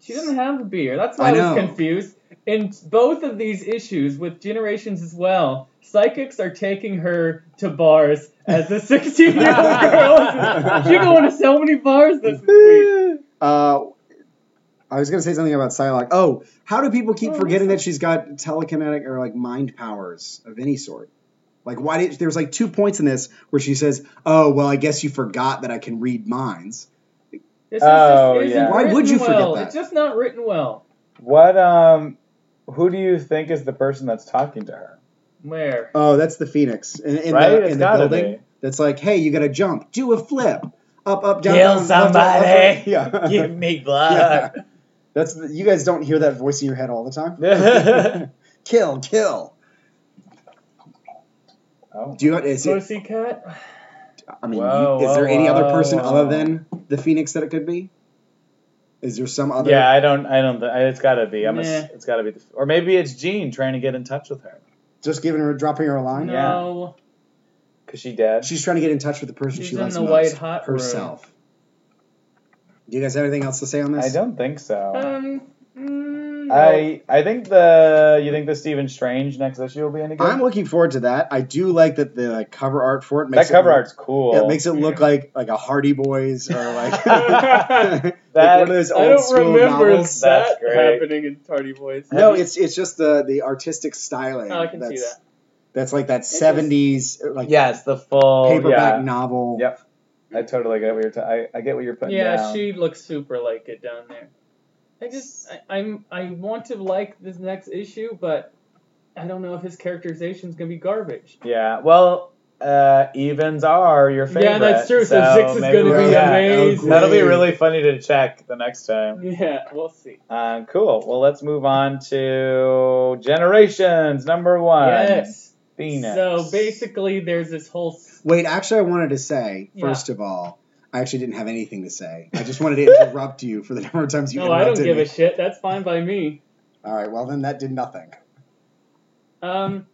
She doesn't have a beer. That's why
I
I, was
know.
confused. In both of these issues with generations as well, psychics are taking her to bars as a 16 year old girl. She's going to so many bars this week.
Uh, I was gonna say something about Psylocke. Oh, how do people keep
Oh,
forgetting that
that's-
she's got telekinetic or like mind powers of any sort? Like, why did there's like two points in this where she says, "Oh, well, I guess you forgot that I can read minds."
This
Oh,
is just,
yeah.
isn't
Why would
written
you forget
well.
that?
It's just not written well.
What um, who do you think is the person that's talking to her?
Where?
Oh, that's the Phoenix in, in
right,
the,
it's
in the
gotta
building. That's like, hey, you gotta jump, do a flip, up, up, down,
Kill
down, left, right, left,
somebody.
right.
be.
Yeah.
me
yeah. That's the, you guys don't hear that voice in your head all the time. kill, kill.
oh.
Do you? Is it,
Pussy cat?
I mean,
Whoa,
you, is there
whoa,
any other
whoa,
person
whoa.
other than the Phoenix that it could be? Is there some other?
Yeah, I don't. I don't. thi- It's gotta be. I'm. ass-
Nah.
it's gotta be. The, or maybe it's Jean trying to get in touch with her
Just giving her, dropping her a line.
Yeah.
No.
because she dead.
She's trying to get in touch with the person
She's
she
in
loves
the
most,
white hot room.
herself. Do you guys have anything else to say on this?
I don't think so.
Um. mm, no.
I I think the you think the Stephen Strange next issue will be any good.
I'm looking forward to that. I do like that the like, cover art for it
that
makes it
cover
look-
art's cool.
Yeah, it makes it look like like a Hardy Boys or like, like
That-
one of those old
I don't
school
remember
novels.
that
That's great.
happening in Tardy Boys.
No, it's it's just the the artistic styling.
Oh, I can see
that's,
that.
That's like that seventies like
yes, the full
paperback
Oh, Yeah.
novel.
Yep. I totally get what you're. T- I, I get what you're putting
yeah,
down.
she looks super like it down there. I just, I, I'm, I want to like this next issue, but I don't know if his characterization's gonna be garbage.
Yeah. Well, uh, evens are your favorite.
Yeah, that's true, so six is
maybe
gonna
we'll-
be
yeah.
amazing.
That'll be really funny to check the next time.
Yeah, we'll see.
Um, cool. Well, let's move on to generations number one.
yes.
Phoenix.
So basically, there's this whole. s-
Wait, actually, I wanted to say
Yeah.
first of all, I actually didn't have anything to say. I just wanted to interrupt you for the number of times you
No, I
interrupted
don't give
me.
a shit. That's fine by me.
all right, well then that did nothing.
Um,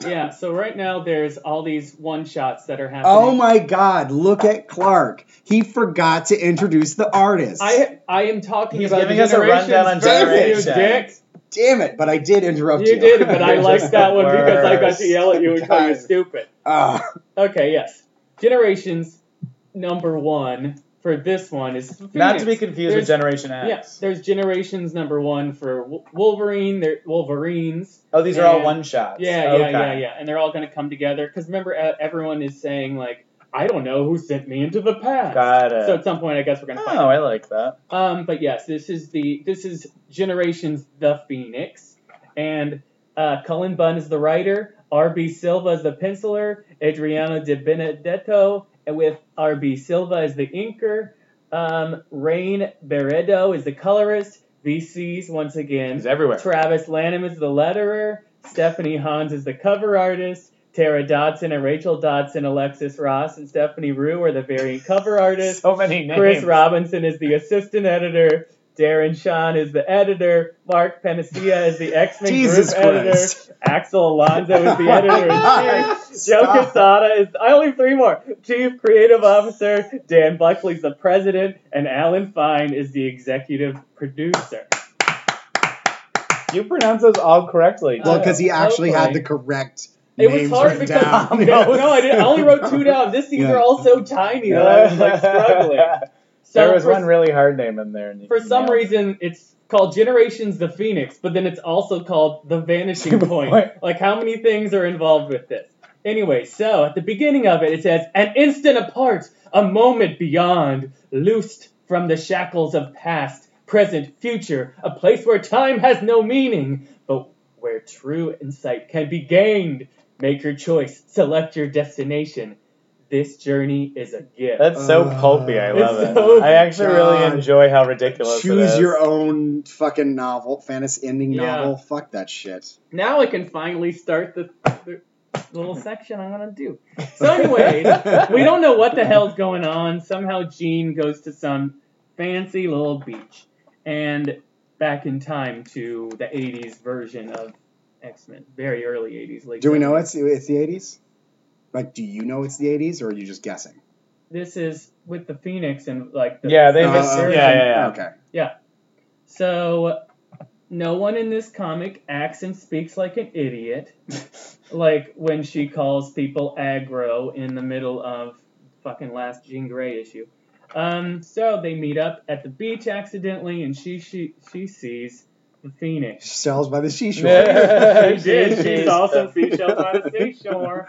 Yeah, so right now there's all these one shots that are happening.
Oh my God! Look at Clark. He forgot to introduce the artist.
I I am talking
He's
about
giving
the
us a rundown
generations
on
first, you dick.
generations.
Damn it! But I did interrupt you.
You did, but I
You're
liked
just
that
the
one because I got
worst.
to yell at you and call you
God.
stupid.
Ah,
Okay, yes. Generations number one for this one is Phoenix.
Not to be confused
There's-
with Generation X.
Yes, there's Generations number one for Wol- Wolverine. There Wolverines.
Oh, these are all
Yeah.
one shots.
Yeah,
okay.
yeah, yeah, yeah. And they're all going to come together because remember, uh, everyone is saying like, I don't know who sent me into the past.
Got it.
So at some point, I guess we're going to find
oh, I like that.
um, but yes, this is the this is Generations the Phoenix, and uh, Cullen Bunn is the writer, R.B. Silva is the penciler, Adriano De Benedetto with R.B. Silva as the inker, um, Rain Beredo is the colorist, VCs once again,
He's everywhere.
Travis Lanham is the letterer, Stephanie Hans is the cover artist. Tara Dodson and Rachel Dodson, Alexis Ross, and Stephanie Rue are the variant cover artists.
so many names.
Chris Robinson is the assistant editor. Darren Sean is the editor. Mark Panacea is the X Men group
Jesus
editor.
Christ!
Axel Alonso is the editor in chief. Joe
Stop.
Quesada is. I only have three more. Chief Creative Officer. Dan Buckley's the president, and Alan Fine is the executive producer.
You pronounce those all correctly.
Well, because he actually had the
Hopefully.
correct
It
names
was hard
written
because
down.
no, no, I, didn't, I only wrote two down. This these
Yeah.
are all so tiny that Oh. I was like struggling. So
there was
for
one really hard name in there. and you
For some
nailed it.
reason, it's called Generations the Phoenix, but then it's also called The Vanishing Point.
Point.
Like, how many things are involved with this? Anyway, so at the beginning of it, it says, An instant apart, a moment beyond, loosed from the shackles of past, present, future, a place where time has no meaning, but where true insight can be gained. Make your choice, select your destination. This journey is a gift.
That's so
Uh,
pulpy. I
It's
love it.
so-
I actually
Oh God.
really enjoy how ridiculous it
Choose
is.
your own fucking novel, fantasy ending
Yeah.
novel. Fuck that shit.
now I can finally start the, the little section I'm gonna do. So, anyways, we don't know what the hell's going on. Somehow Gene goes to some fancy little beach and back in time to the 80s version of X Men, very early 80s. Late
Do we know
70s.
it's it's the eighties? Like, do you know it's the eighties, or are you just guessing?
This is with the Phoenix and like the
Yeah, they
Uh,
missed. yeah,
uh,
yeah, yeah.
Okay.
So, no one in this comic acts and speaks like an idiot. like when she calls people aggro in the middle of fucking last Jean Grey issue. Um, so they meet up at the beach accidentally, and she she she sees the phoenix.
Sells by the seashore.
Yeah.
she did. She
She's
saw some
the-
seashells on the seashore.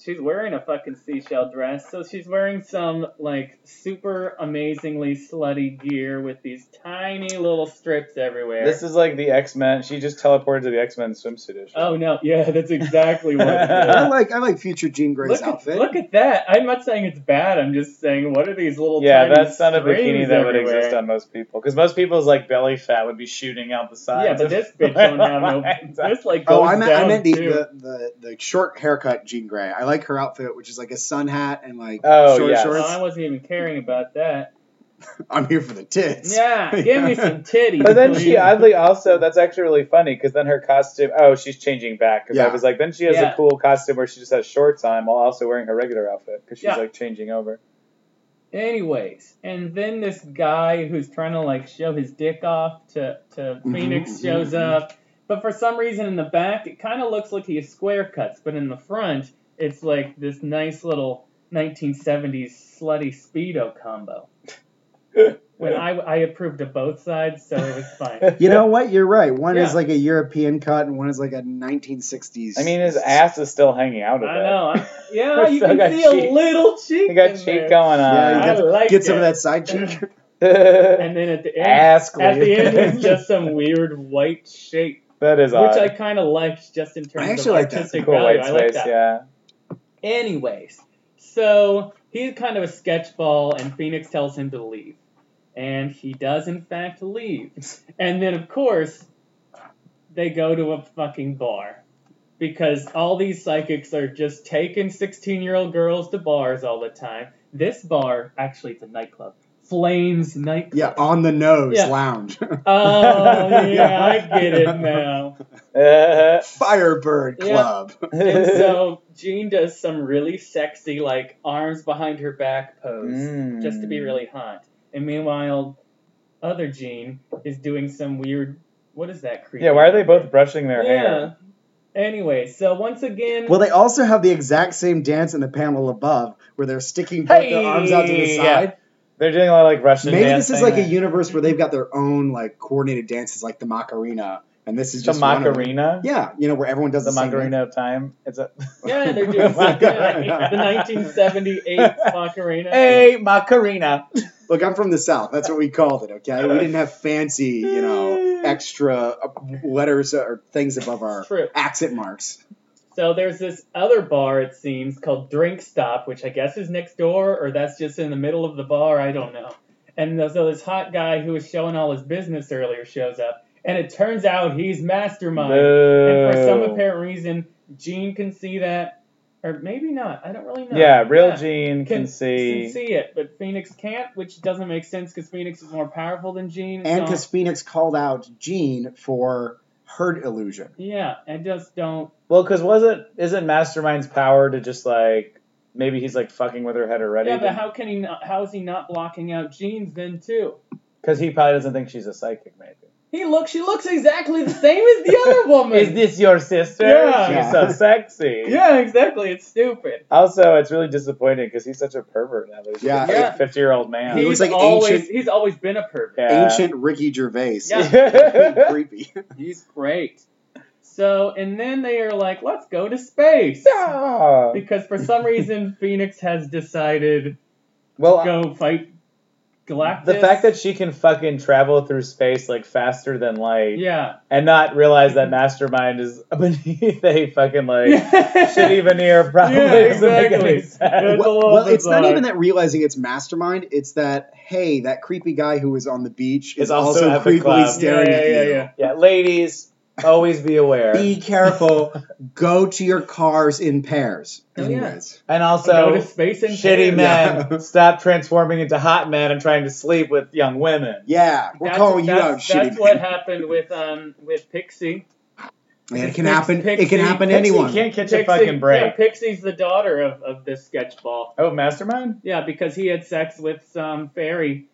She's wearing a fucking seashell dress, so she's wearing some like super amazingly slutty gear with these tiny little strips everywhere.
This is like the X Men. She just teleported to the X Men swimsuit issue.
oh no, yeah, that's exactly what. It is.
I like I like future Jean Grey's
look
outfit.
At, look at that. I'm not saying it's bad. I'm just saying, what are these little
yeah,
tiny
that's not a bikini
strings
that would
everywhere?
exist on most people. Because most people's like belly fat would be shooting out the sides.
Yeah, but
of-
this bitch don't have no. This like goes
oh, I meant,
down
I meant the,
too.
the, the, the short haircut Jean Grey. I like her outfit, which is like a sun hat and like
Oh,
short
yes.
Oh,
shorts.
I wasn't even caring about that.
I'm here for the tits.
Yeah, give me some titties.
But then she
please.
oddly also that's actually really funny because then her costume oh she's changing back because I
Yeah.
was like then she has
Yeah.
a cool costume where she just has shorts on while also wearing her regular outfit because she's
Yeah.
like changing over.
Anyways, and then this guy who's trying to like show his dick off to to
Mm-hmm,
Mhm,
Phoenix
mhm,
shows
mhm.
up, but for some reason in the back it kind of looks like he has square cuts, but in the front it's like this nice little 1970s slutty speedo combo. When I I approved of both sides, so it was fine.
You know what? You're right. One
Yeah.
is like a European cut, and one is like a 1960s.
I mean his ass is still hanging out of
I
it.
know. I'm, yeah,
Still
you can
got
see a
cheek.
little cheek.
He got
in
cheek
there.
going
Yeah,
on.
you
I like
Get some
it.
of that side cheek.
And then at the end,
Ass
at the end
gleam.
it's just some weird white shape.
that is odd.
which I kind of liked just in terms
I actually like
of
that.
artistic
cool
value.
white
I like
space,
that.
yeah.
Anyways, so he's kind of a sketchball, and Phoenix tells him to leave, and he does in fact leave. And then of course, they go to a fucking bar because all these psychics are just taking sixteen-year-old girls to bars all the time. This bar actually it's a nightclub. Flames nightclub.
Yeah, on the nose
Yeah.
lounge.
Oh yeah, I get it now.
Uh,
Firebird
Yeah.
Club.
And so Jean does some really sexy, like arms behind her back pose,
Mm.
just to be really hot. And meanwhile, other Jean is doing some weird. What is that creepy?
yeah, why are they both brushing their
Yeah.
hair?
Anyway, so once again,
Well, they also have the exact same dance in the panel above, where they're sticking both their arms out to the
Hey,
side.
They're doing a lot of like Russian
Maybe
dance
this is
thing
like a
there.
universe where they've got their own like coordinated dances, like the Macarena, and this is
the
just one of them.
Macarena.
Yeah, you know where everyone does
The
the, same thing.
Macarena of time. It's a
yeah, they're doing some, yeah, the 1978 Macarena.
Hey, Macarena.
Look, I'm from the South. That's what we called it. Okay, we didn't have fancy, you know, extra uh, letters or things above our
It's true.
accent marks.
So there's this other bar, it seems, called Drink Stop, which I guess is next door, or that's just in the middle of the bar. I don't know. And th- so this hot guy who was showing all his business earlier shows up, and it turns out he's Mastermind. And for some
Boo.
apparent reason, Gene can see that, or maybe not. I don't really know.
Yeah, real
Yeah.
Gene can, see.
see it, but Phoenix can't, which doesn't make sense because Phoenix is more powerful than Gene.
And
so-
because Phoenix called out Jean for herd illusion.
yeah, I just don't.
Well, because wasn't isn't Mastermind's power to just like maybe he's like fucking with her head already?
Yeah, but how can he? Not, how is he not blocking out Gene's then too?
Because he probably doesn't think she's a psychic. Maybe
He looks. She looks exactly the same as the other woman.
is this your sister?
Yeah.
she's so sexy.
yeah, exactly. It's stupid.
Also, it's really disappointing because he's such a pervert now. He's
Yeah.
like
Yeah.
a fifty-year-old man.
He
He's
was like
always
ancient-
he's always been a pervert.
Yeah.
Ancient Ricky Gervais.
Yeah.
creepy.
He's great. So and then they are like, let's go to space
Yeah.
because for some reason Phoenix has decided
Well,
go fight Galactus.
the fact that she can fucking travel through space like faster than light
yeah,
and not realize that Mastermind is beneath a fucking like shitty
shitty
veneer probably
Yeah,
doesn't make
exactly.
any sense.
It's a
well,
little
well, it's not
bizarre.
even that realizing it's mastermind. It's that hey, that creepy guy who was on the beach
Is
is
also
also
at the
creepily
club.
staring
yeah,
at
yeah,
you.
yeah.
Yeah, ladies, always be aware.
Be careful. Go to your cars in pairs.
Oh, yeah.
Anyways,
And
go to
also,
space and
shitty men,
Yeah.
stop transforming into hot men and trying to sleep with young women.
yeah, we're
That's,
calling you
that's,
out,
That's
shitty.
what
man.
happened with um with Pixie.
And it can
Pix-
happen. It
Pixie-
can happen to
Pixie
anyone.
can't catch
Pixie,
a fucking break.
Yeah, Pixie's the daughter of, of this sketchball.
Oh, Mastermind?
Yeah, because he had sex with some fairy.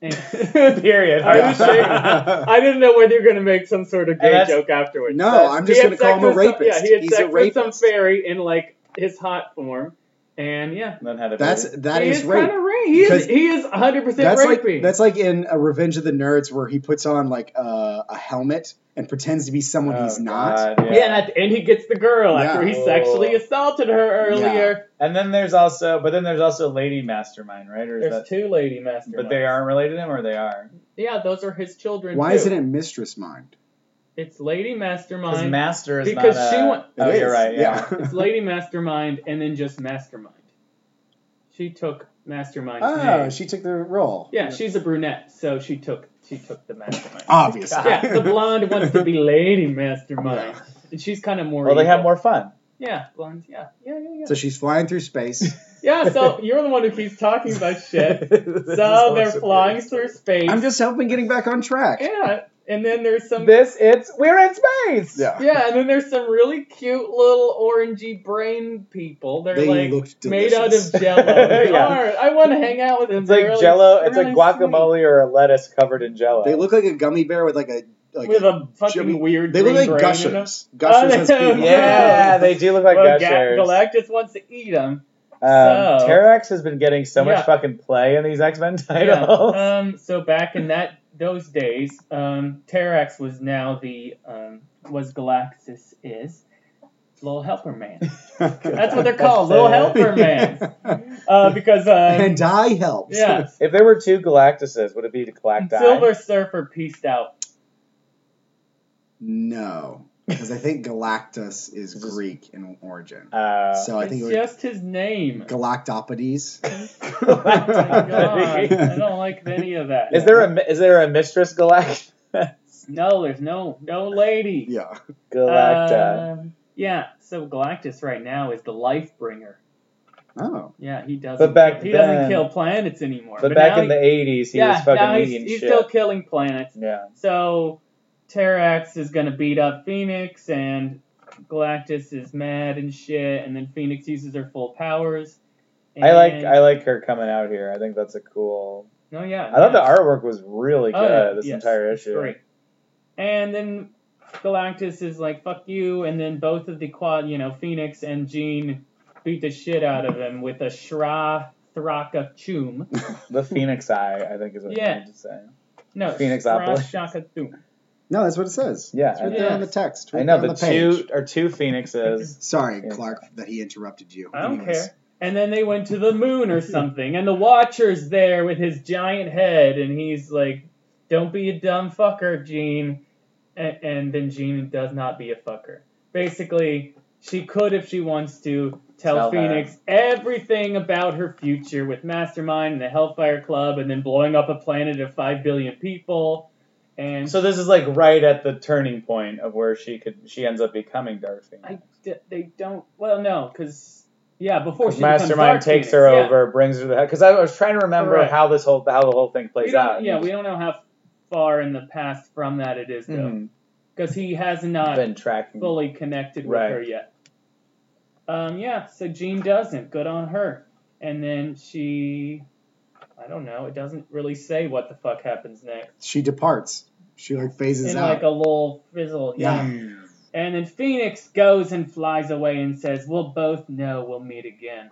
And
Period.
I
Yeah.
was saying- I didn't know whether you were going to make some sort of
And
gay
that's-
joke afterwards.
No,
but
I'm just
he had
gonna call
sex
him a
with some-
rapist.
yeah, he had
He's
sex
a
with
rapist.
some fairy in like his hot form, and yeah,
And then had a
That's
baby.
that
he
is
is
rape.
kind of rape. He is
Because-
he is 100 percent
That's like
rapey.
that's like in a Revenge of the Nerds where he puts on like a a helmet and pretends to be someone
Oh,
he's not.
God,
yeah, and at the end he gets the girl after
Yeah.
he sexually assaulted her earlier.
And then there's also, but then there's also Lady Mastermind, right? Or is that,
There's two lady masters,
but they aren't related to him, or they are?
Yeah, those are his children.
Why
too.
isn't it Mistress Mind?
It's Lady
Because
Mastermind.
Master is
Because
not. a-
she went-
Oh,
It
you're
is,
right. Yeah.
it's Lady Mastermind and then just Mastermind. She took Mastermind's
oh,
name.
she took the role.
yeah, she's a brunette, so she took she took the Mastermind.
obviously.
yeah, the blonde wants to be Lady Mastermind, and she's kind of more.
Well, they have
evil.
more fun.
Yeah, blonde. Yeah, yeah, yeah, yeah.
So she's flying through space.
yeah, so you're the one who keeps talking about shit. So they're flying through space.
I'm just helping getting back on track.
Yeah, and then there's some.
This it's we're in space.
Yeah.
yeah, and then there's some really cute little orangey brain people. They're
They
like
looked
made out
delicious.
of jello. They
Yeah.
are. I want to hang out with them.
It's
They're
like
really-
Jello.
they're
It's
really
like guacamole or a lettuce covered in Jello.
They look like a gummy bear with like a like
sweet. with a fucking
Jimmy-
weird.
They look
green
like
brain in them.
gushers. Gushers
Oh,
as
they-
people.
yeah, they do look like
Well, Ga-
gushers.
Galactus wants to eat them.
um,
so-
Terex has been getting so
Yeah.
much fucking play in these X Men
Yeah.
titles.
Um. So back in that those days, um, Terax was now the um was Galactus is little helper man. That's what they're called, little helper man. Uh, because uh,
and I helps.
yeah,
if there were two Galactuses, would it be the Galacti?
Silver Surfer pieced out.
No,
Uh,
because I think Galactus is Greek in origin,
Uh,
so I
it's
think it was
just his name. Oh
Galactopodes.
My God,
Galactopodes.
I don't like any of that.
Is there a is there a Mistress Galact
no? There's no no lady.
yeah,
Galacta?
Uh,
uh,
Um, yeah, so Galactus right now is the life bringer.
Oh.
Yeah, he doesn't.
But back
he doesn't
then-
kill planets anymore.
But back
now
in the 80s, he
yeah,
was fucking
now he's,
eating
he's
shit.
still killing planets.
yeah.
So Terax is gonna beat up Phoenix, and Galactus is mad and shit, and then Phoenix uses her full powers.
I like
and-
I like her coming out here. I think that's a cool.
No, yeah.
I thought the artwork was really good
Oh, yeah,
this
yes,
entire
it's
issue.
Great. And then Galactus is like, "Fuck you!" And then both of the quad, you know, Phoenix and Jean beat the shit out of him with a Shra Thraka Chum.
The Phoenix Eye, I think, is what
Yeah.
you meant to say.
No,
Phoenixopolis.
Shra Chum.
No, that's what it says.
Yeah,
It's
I
right
know.
there
Yeah.
on the text. Right
I know
there
the,
on the page.
two are two phoenixes.
Sorry,
Yeah.
Clark, that he interrupted you.
I don't
Anyways.
care. And then they went to the moon or something, and the Watcher's there with his giant head, and he's like, "Don't be a dumb fucker, Jean." And, and then Jean does not be a fucker. Basically, she could, if she wants to, tell,
Tell her.
Phoenix everything about her future with Mastermind and the Hellfire Club, and then blowing up a planet of five billion people. And
So this is like right at the turning point of where she could she ends up becoming Dark Phoenix.
I d- they don't. Well, no, because yeah, before
'Cause
she becomes
Mastermind
Dark
takes
Phoenix,
her
yeah.
over, brings her to the because I was trying to remember
Correct.
how this whole how the whole thing plays
we don't,
out.
Yeah, we don't know how far in the past from that it is, though,
Mhm.
because he has not
been tracking.
fully connected with
Right.
her yet. Um, yeah, so Jean doesn't. Good on her. And then she, I don't know. It doesn't really say what the fuck happens next.
She departs. She like phases
In
out.
like a little fizzle.
yeah.
Mm.
And then Phoenix goes and flies away and says, "We'll both know we'll meet again,"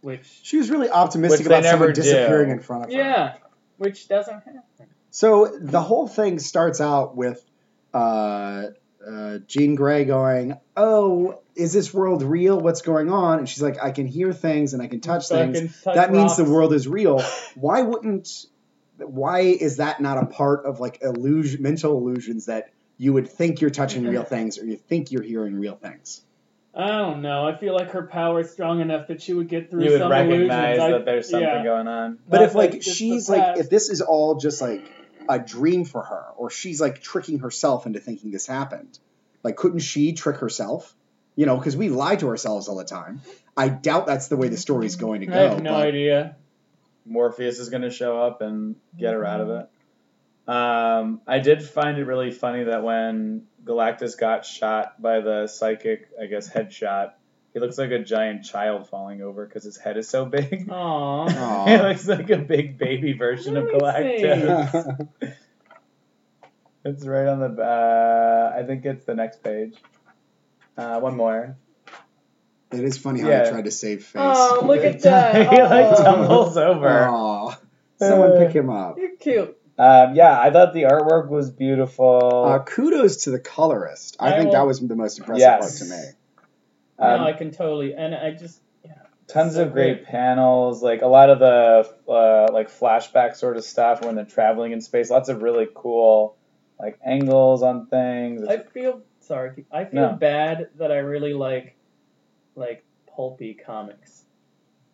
which
She was really
Which
optimistic
they
about someone
never do.
disappearing in front of her.
yeah, which doesn't happen.
So the whole thing starts out with uh, uh, Jean Grey going, "Oh, is this world real? What's going on?" And she's like, "I can hear things and I can touch things.
Fucking touch
that means the
rocks.
world is real. Why wouldn't? Why is that not a part of like illusion, mental illusions that you would think you're touching real things or you think you're hearing real things?
I don't know. I feel like her power is strong enough that she would get through
you would
some
recognize
illusions. I-
that there's something
yeah.
going on.
But
Not
if like
just the
she's like,
past.
if this is all just like a dream for her, or she's like tricking herself into thinking this happened, like couldn't she trick herself? You know, because we lie to ourselves all the time. I doubt that's the way the story's going to go.
I have no
but-
idea.
Morpheus is going to show up and get her out of it.
Mm-hmm.
Um, I did find it really funny that when Galactus got shot by the psychic, I guess, headshot, he looks like a giant child falling over because his head is so big.
Aww.
Aw.
he looks like a big baby version of
What do you
Galactus. it's right on the. Uh, I think it's the next page. Uh, one more.
It is funny how
Yeah.
I tried to save face.
Oh, look at
he
that.
like
Oh.
tumbles over.
Aw. Someone pick him up.
You're cute.
Um, yeah, I thought the artwork was beautiful.
Uh, kudos to the colorist. I,
I
think
will-
that was the most impressive
Yes.
part to me.
Um,
no, I can totally. And I just. Yeah.
tons
So
of great panels like a lot of the uh, like flashback sort of stuff when they're traveling in space lots of really cool like angles on things
I feel. Sorry. I
No.
feel bad that I really like, like, pulpy comics.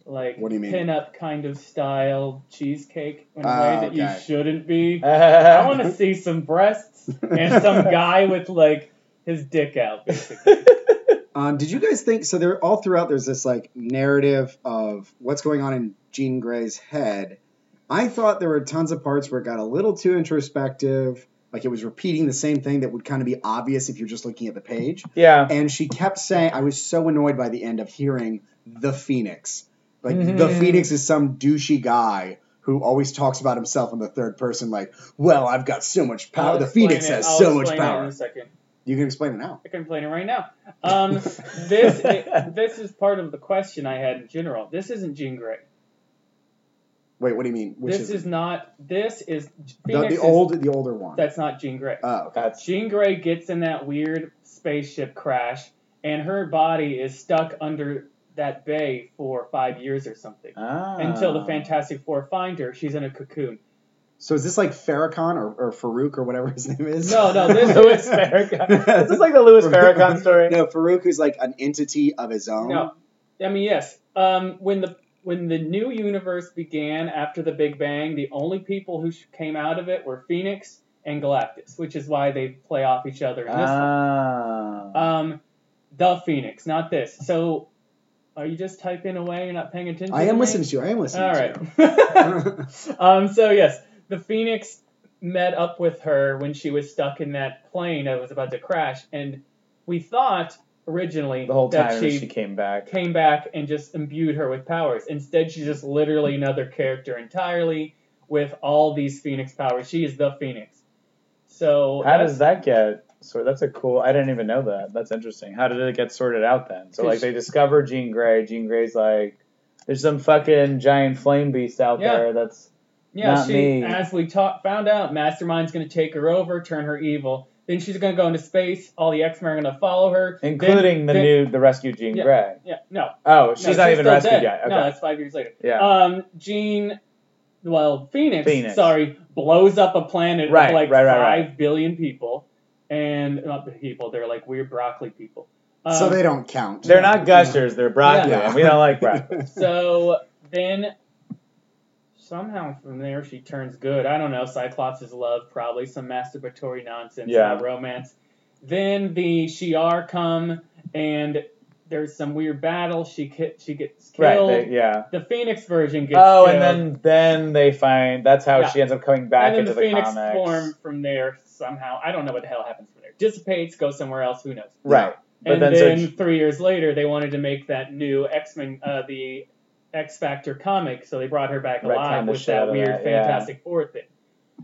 Like,
What do you mean?
pin-up kind of style cheesecake in a
Ah,
way that
okay.
you shouldn't be. I
I
want to see some breasts and some guy with, like, his dick out, basically.
Um, did you guys think so? There, all throughout, there's this like narrative of what's going on in Jean Grey's head. I thought there were tons of parts where it got a little too introspective, like it was repeating the same thing that would kind of be obvious if you're just looking at the page.
yeah
And she kept saying, "I was so annoyed by the end of hearing the Phoenix. Like
Mm-hmm.
the
Mhm.
Phoenix is some douchey guy." Who always talks about himself in the third person, like, well, I've got so much power.
I'll
The
explain
Phoenix
it-
has
I'll
so much
explain it
power.
In a second.
You can explain it now.
I can explain it right now. Um, this i this is part of the question I had in general. This isn't Jean Grey.
Wait, what do you mean? Which
this is, not. This is
the,
Phoenix.
the
is-
old, the older one.
That's not Jean Grey.
Oh,
that's
Jean Grey gets in that weird spaceship crash, and her body is stuck under that bay for five years or something
Ah.
Ah.
until the Fantastic Four find her. She's in a cocoon.
so is this like Farrakhan or, or Farouk or whatever his name is?
No, no, this-
Louis Farrakhan. Is this like the Louis Farrakhan story?
No, Farouk is like an entity of his own.
No, I mean yes. Um, when the when the new universe began after the Big Bang, the only people who sh- came out of it were Phoenix and Galactus, which is why they play off each other in this. one.
Ah.
Um, the Phoenix, not this. So, Are you just typing away? You're not paying attention.
I
to
am
me?
listening to you. I am listening.
All
to
right.
you.
um, so yes, the Phoenix met up with her when she was stuck in that plane that was about to crash, and we thought originally
The whole
that
time she,
she,
came back.
came back and just imbued her with powers. Instead, she's just literally another character entirely with all these Phoenix powers. She is the Phoenix. So
How
that's-
does that get sort? That's a cool. I didn't even know that. That's interesting. How did it get sorted out then? So like they discover Jean Grey. Jean Grey's like, there's some fucking giant flame beast out
Yeah.
there. That's
Yeah,
Not
she,
me.
as we ta- found out, Mastermind's going to take her over, turn her evil. Then she's going to go into space. All the X Men are going to follow her. Then-
including the
then-
new the rescued Jean
Yeah.
Grey.
Yeah, no.
Oh,
no,
she's not even
still
rescued
dead.
yet. Okay.
No, that's five years later.
yeah.
Um, Jean, well, Phoenix,
Phoenix.
sorry, blows up a planet
Right,
of like
right, right, right.
five billion people. And not people, they're like weird broccoli people. Um,
so they don't count.
they're not gushers. They're broccoli.
Yeah.
And we don't like broccoli.
So then somehow from there she turns good. I don't know. Cyclops is love, probably some masturbatory nonsense,
Yeah.
not romance. Then the Shi'ar come and there's some weird battle. She ki- she gets
right.
killed.
They, yeah.
the Phoenix version gets
Oh,
killed.
and then then they find that's how
Yeah.
she ends up coming back
and then
into
the Phoenix
comics.
form from there somehow. I don't know what the hell happens from there. Dissipates, goes somewhere else. Who knows?
Right. But
and
then
then,
so she-
three years later, they wanted to make that new X Men, uh, the X Factor comic, so they brought her back
Right,
alive
kinda
with
shit out
that
of
weird
that, yeah.
Fantastic Four thing.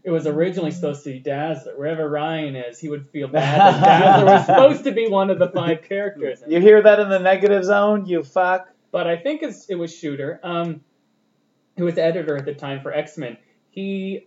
It was originally supposed to be Dazzler. Wherever Ryan is, he would feel bad that Dazzler was supposed to be one of the five characters.
You hear that in the negative zone? You fuck.
But I think it's, it was Shooter, um, who was the editor at the time for X Men. He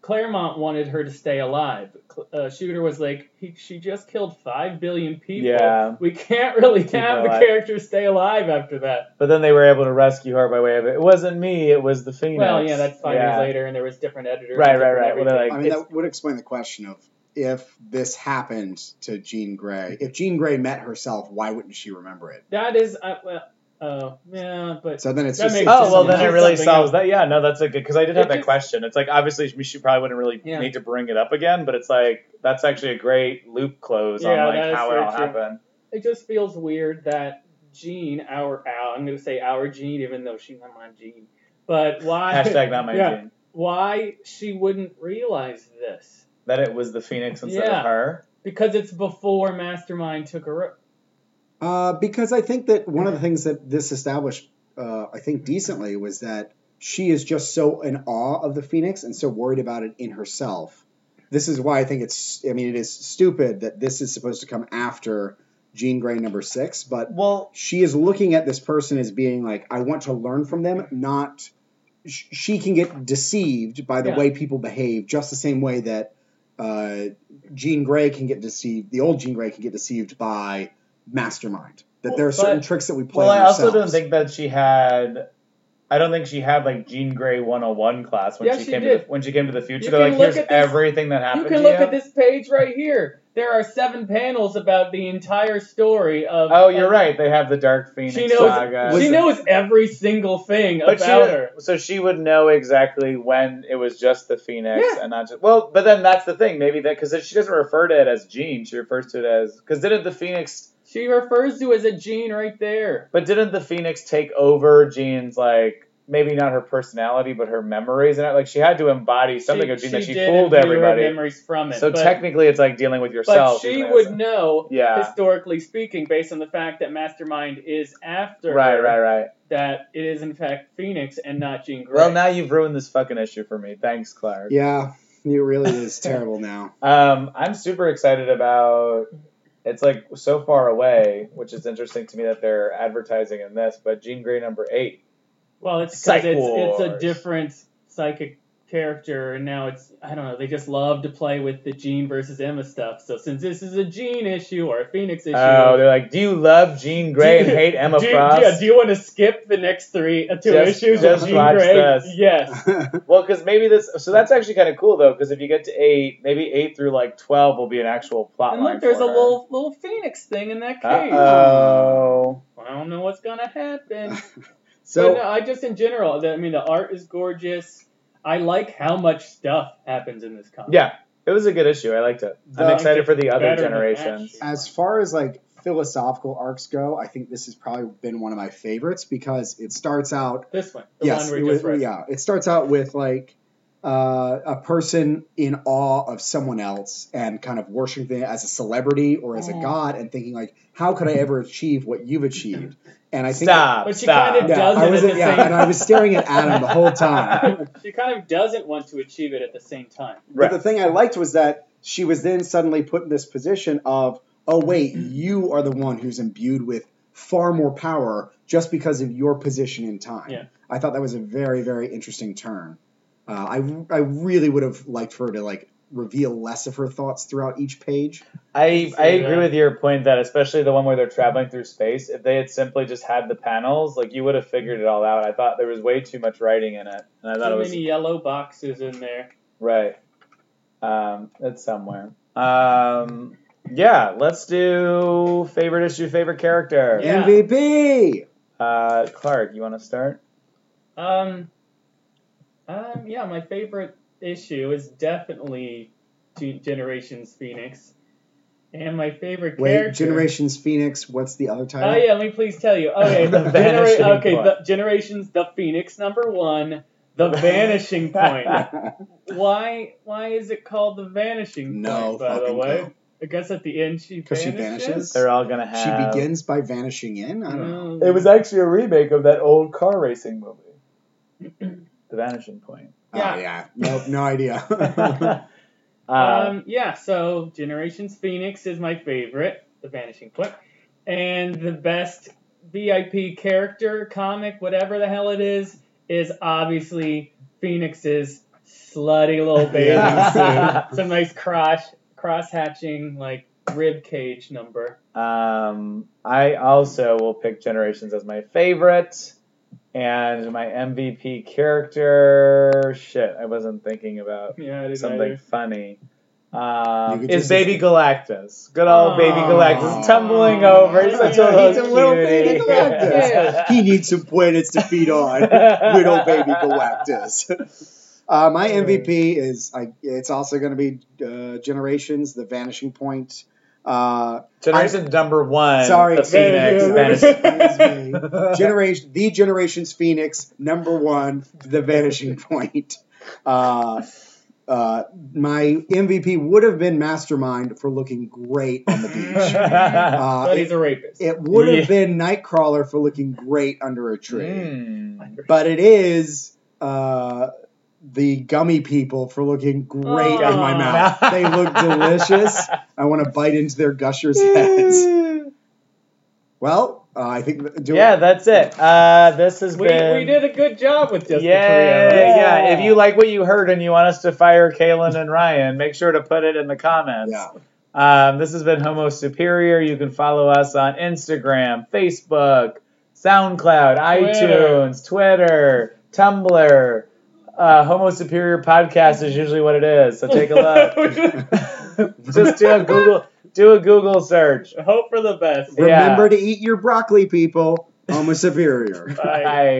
Claremont wanted her to stay alive. Cl- Uh, Shooter was like, he, she just killed five billion people.
Yeah.
We can't really
Keep her
have the
alive.
characters stay alive after that.
But then they were able to rescue her by way of it. It wasn't me. It was the Phoenix.
Well, yeah, that's five
Yeah.
years later, and there was different editors. and
Right, right,
different
right. Well, they're
everything.
like,
I mean,
it's-
that would explain the question of if this happened to Jean Grey. If Jean Grey met herself, why wouldn't she remember it?
that is, uh, well, oh, yeah, but
So then it's
That
just.
makes
it's
Oh
just
well,
something
then it
else.
really
Something
solves
else.
that. Yeah, no, that's a good because I did have
It
that
just-
question. It's like obviously she- she probably wouldn't really
Yeah.
need to bring it up again, but it's like that's actually a great loop close
Yeah,
on
that
like
is
how it
very
all
true.
happened.
it just feels weird that Jean, our, our I'm going to say our Jean, even though she's not my Jean, but why?
Hashtag not my
yeah,
gene.
Why she wouldn't realize this?
That it was the Phoenix instead
Yeah.
of her.
Because it's before Mastermind took her. o-
Uh, because I think that one of the things that this established, uh, I think decently, was that she is just so in awe of the phoenix and so worried about it in herself. This is why I think it's. I mean, it is stupid that this is supposed to come after Jean Grey number six, but
Well,
she is looking at this person as being like, I want to learn from them, not. sh- She can get deceived by the
Yeah.
way people behave, just the same way that uh, Jean Grey can get deceived. The old Jean Grey can get deceived by Mastermind. That there are certain
But-
tricks that we play.
well,
on
I also don't
ourselves.
think that she had. I don't think she had like Jean Grey 101 class when
Yeah,
she,
she
came to
did.
the, when she came to the future.
You
They're
can
like,
look
here's
at this-
everything that
You
happened.
can
to
look at this page right here. There are seven panels about the entire story of.
Oh, you're right. They have the Dark Phoenix
She knows.
saga.
She knows every single thing
but
about
she,
her.
So she would know exactly when it was just the Phoenix
Yeah.
and not just. Well, but then that's the thing. Maybe that because she doesn't refer to it as Jean, she refers to it as because didn't the Phoenix?
She refers to it as a Jean right there.
But didn't the Phoenix take over Jean's like maybe not her personality but her memories and it? like she had to embody something
she,
of Jean that she
did
fooled
imbue her
everybody.
memories from it.
So
but,
technically, it's like dealing with
but
yourself.
she
even as
would
a-
know,
Yeah.
historically speaking, based on the fact that Mastermind is after
Right,
her,
right, right.
that it is in fact Phoenix and not Jean Grey.
Well, now you've ruined this fucking issue for me. Thanks, Clark.
Yeah, it really is terrible now.
Um, I'm super excited about. It's like so far away, which is interesting to me that they're advertising in this. But Jean Grey number eight.
Well, it's
Psych
because it's, it's a
Wars.
different psychic character, and now it's I don't know. They just love to play with the Jean versus Emma stuff. So since this is a Jean issue or a Phoenix issue,
Oh, they're like, do you love Jean Grey and hate Emma
do, you-
Frost?
Yeah, do you want to skip the next three uh, two
Just-
issues
just
of Jean
watch
Grey?
this.
Yes.
Well, because maybe this. So that's actually kind of cool though, because if you get to eight, maybe eight through like twelve will be an actual plot
And
line.
look, there's
for
a
her.
little little Phoenix thing in that cage.
Uh-oh.
I don't know what's gonna happen.
so
but no, I just in general, the- I mean, the art is gorgeous. I like how much stuff happens in this comic.
Yeah, it was a good issue. I liked it. I'm
The-
excited for the other
Better than
generations.
Ash.
as far as like philosophical arcs go, I think this has probably been one of my favorites because it starts out
This one, the
yes,
one
it
we just
was-
read.
yeah. It starts out with like uh, a person in awe of someone else and kind of worshiping it as a celebrity or as a
Mhm.
god and thinking like, how could I ever achieve what you've achieved? And I think
Stop.
But she
stop.
kinda
Yeah,
does
I
it
was
at the
yeah,
same
and I was staring at Adam the whole time.
she kind of doesn't want to achieve it at the same time.
But the thing I liked was that she was then suddenly put in this position of, oh wait, you are the one who's imbued with far more power just because of your position in time.
Yeah.
I thought that was a very very interesting turn. Uh, I I really would have liked for her to like reveal less of her thoughts throughout each page.
I, I
See,
agree
uh,
with your point that especially the one where they're traveling through space, if they had simply just had the panels, like you would have figured it all out. I thought there was way too much writing in it, and I thought
Too
it was
many yellow boxes in there.
right. Um, it's somewhere. Um, yeah, let's do favorite issue, favorite character.
Yeah.
MVP.
Uh, Clark, you want to start?
Um, um, yeah, my favorite issue is definitely G- Generations Phoenix, and my favorite
Wait,
character.
Generations Phoenix. What's the other title?
Oh yeah, let me please tell you. Okay,
The
the
Vanishing
genera- okay,
Point.
the Generations, the Phoenix number one, the Vanishing Point. why? Why is it called the Vanishing
no
Point? By
fucking
the way,
clue.
I guess at the end she
'Cause she
vanishes.
They're all gonna have.
She begins by vanishing in. I don't know.
It was actually a remake of that old car racing movie, The Vanishing Point. Uh,
Yeah.
Oh, yeah. Nope. No idea.
Um,
Um, yeah, so Generations Phoenix is my favorite, The Vanishing Point, and the best VIP character, comic, whatever the hell it is, is obviously Phoenix's slutty little bathing
Yeah.
suit. Some nice cross cross hatching like rib cage number.
Um, I also will pick Generations as my favorite. And my MVP character. Shit, I wasn't thinking about
Yeah, it is
something
either.
funny. Um,
You could
is
just-
Baby Galactus. Good old Baby
Aw.
Galactus tumbling over. He's such a
Yeah,
little,
he's a
little Baby
cutie.
Galactus. he needs some planets to feed on. Good old baby Galactus. Uh, my MVP is I, it's also going to be uh, Generations, The Vanishing Point. Uh,
Generation number one.
Sorry,
the Phoenix.
Vanishing-
Vanishing-
generation, the Generations Phoenix, number one, The Vanishing Point. Uh, uh, my MVP would have been Mastermind for looking great on the beach. Uh,
but
it-
he's a rapist.
It would have
Yeah.
been Nightcrawler for looking great under a tree,
Mm.
but it is uh, the gummy people for looking great in my
Aw.
mouth. They look delicious. I want to bite into their gushers' heads. Well, uh, I think do
yeah, that's it. Uh, this has
we,
been.
we did a good job with
yeah,
just the three of us.
yeah. If you like what you heard and you want us to fire Kalen and Ryan, make sure to put it in the comments.
Yeah.
Um, this has been Homo Superior. You can follow us on Instagram, Facebook, SoundCloud, iTunes, Twitter, Tumblr. Uh, Homo Superior podcast is usually what it is. So take a look. Just do a Google do a Google search.
Hope for the best.
Yeah.
Remember to eat your broccoli, people. Homo superior.
Bye.
Bye.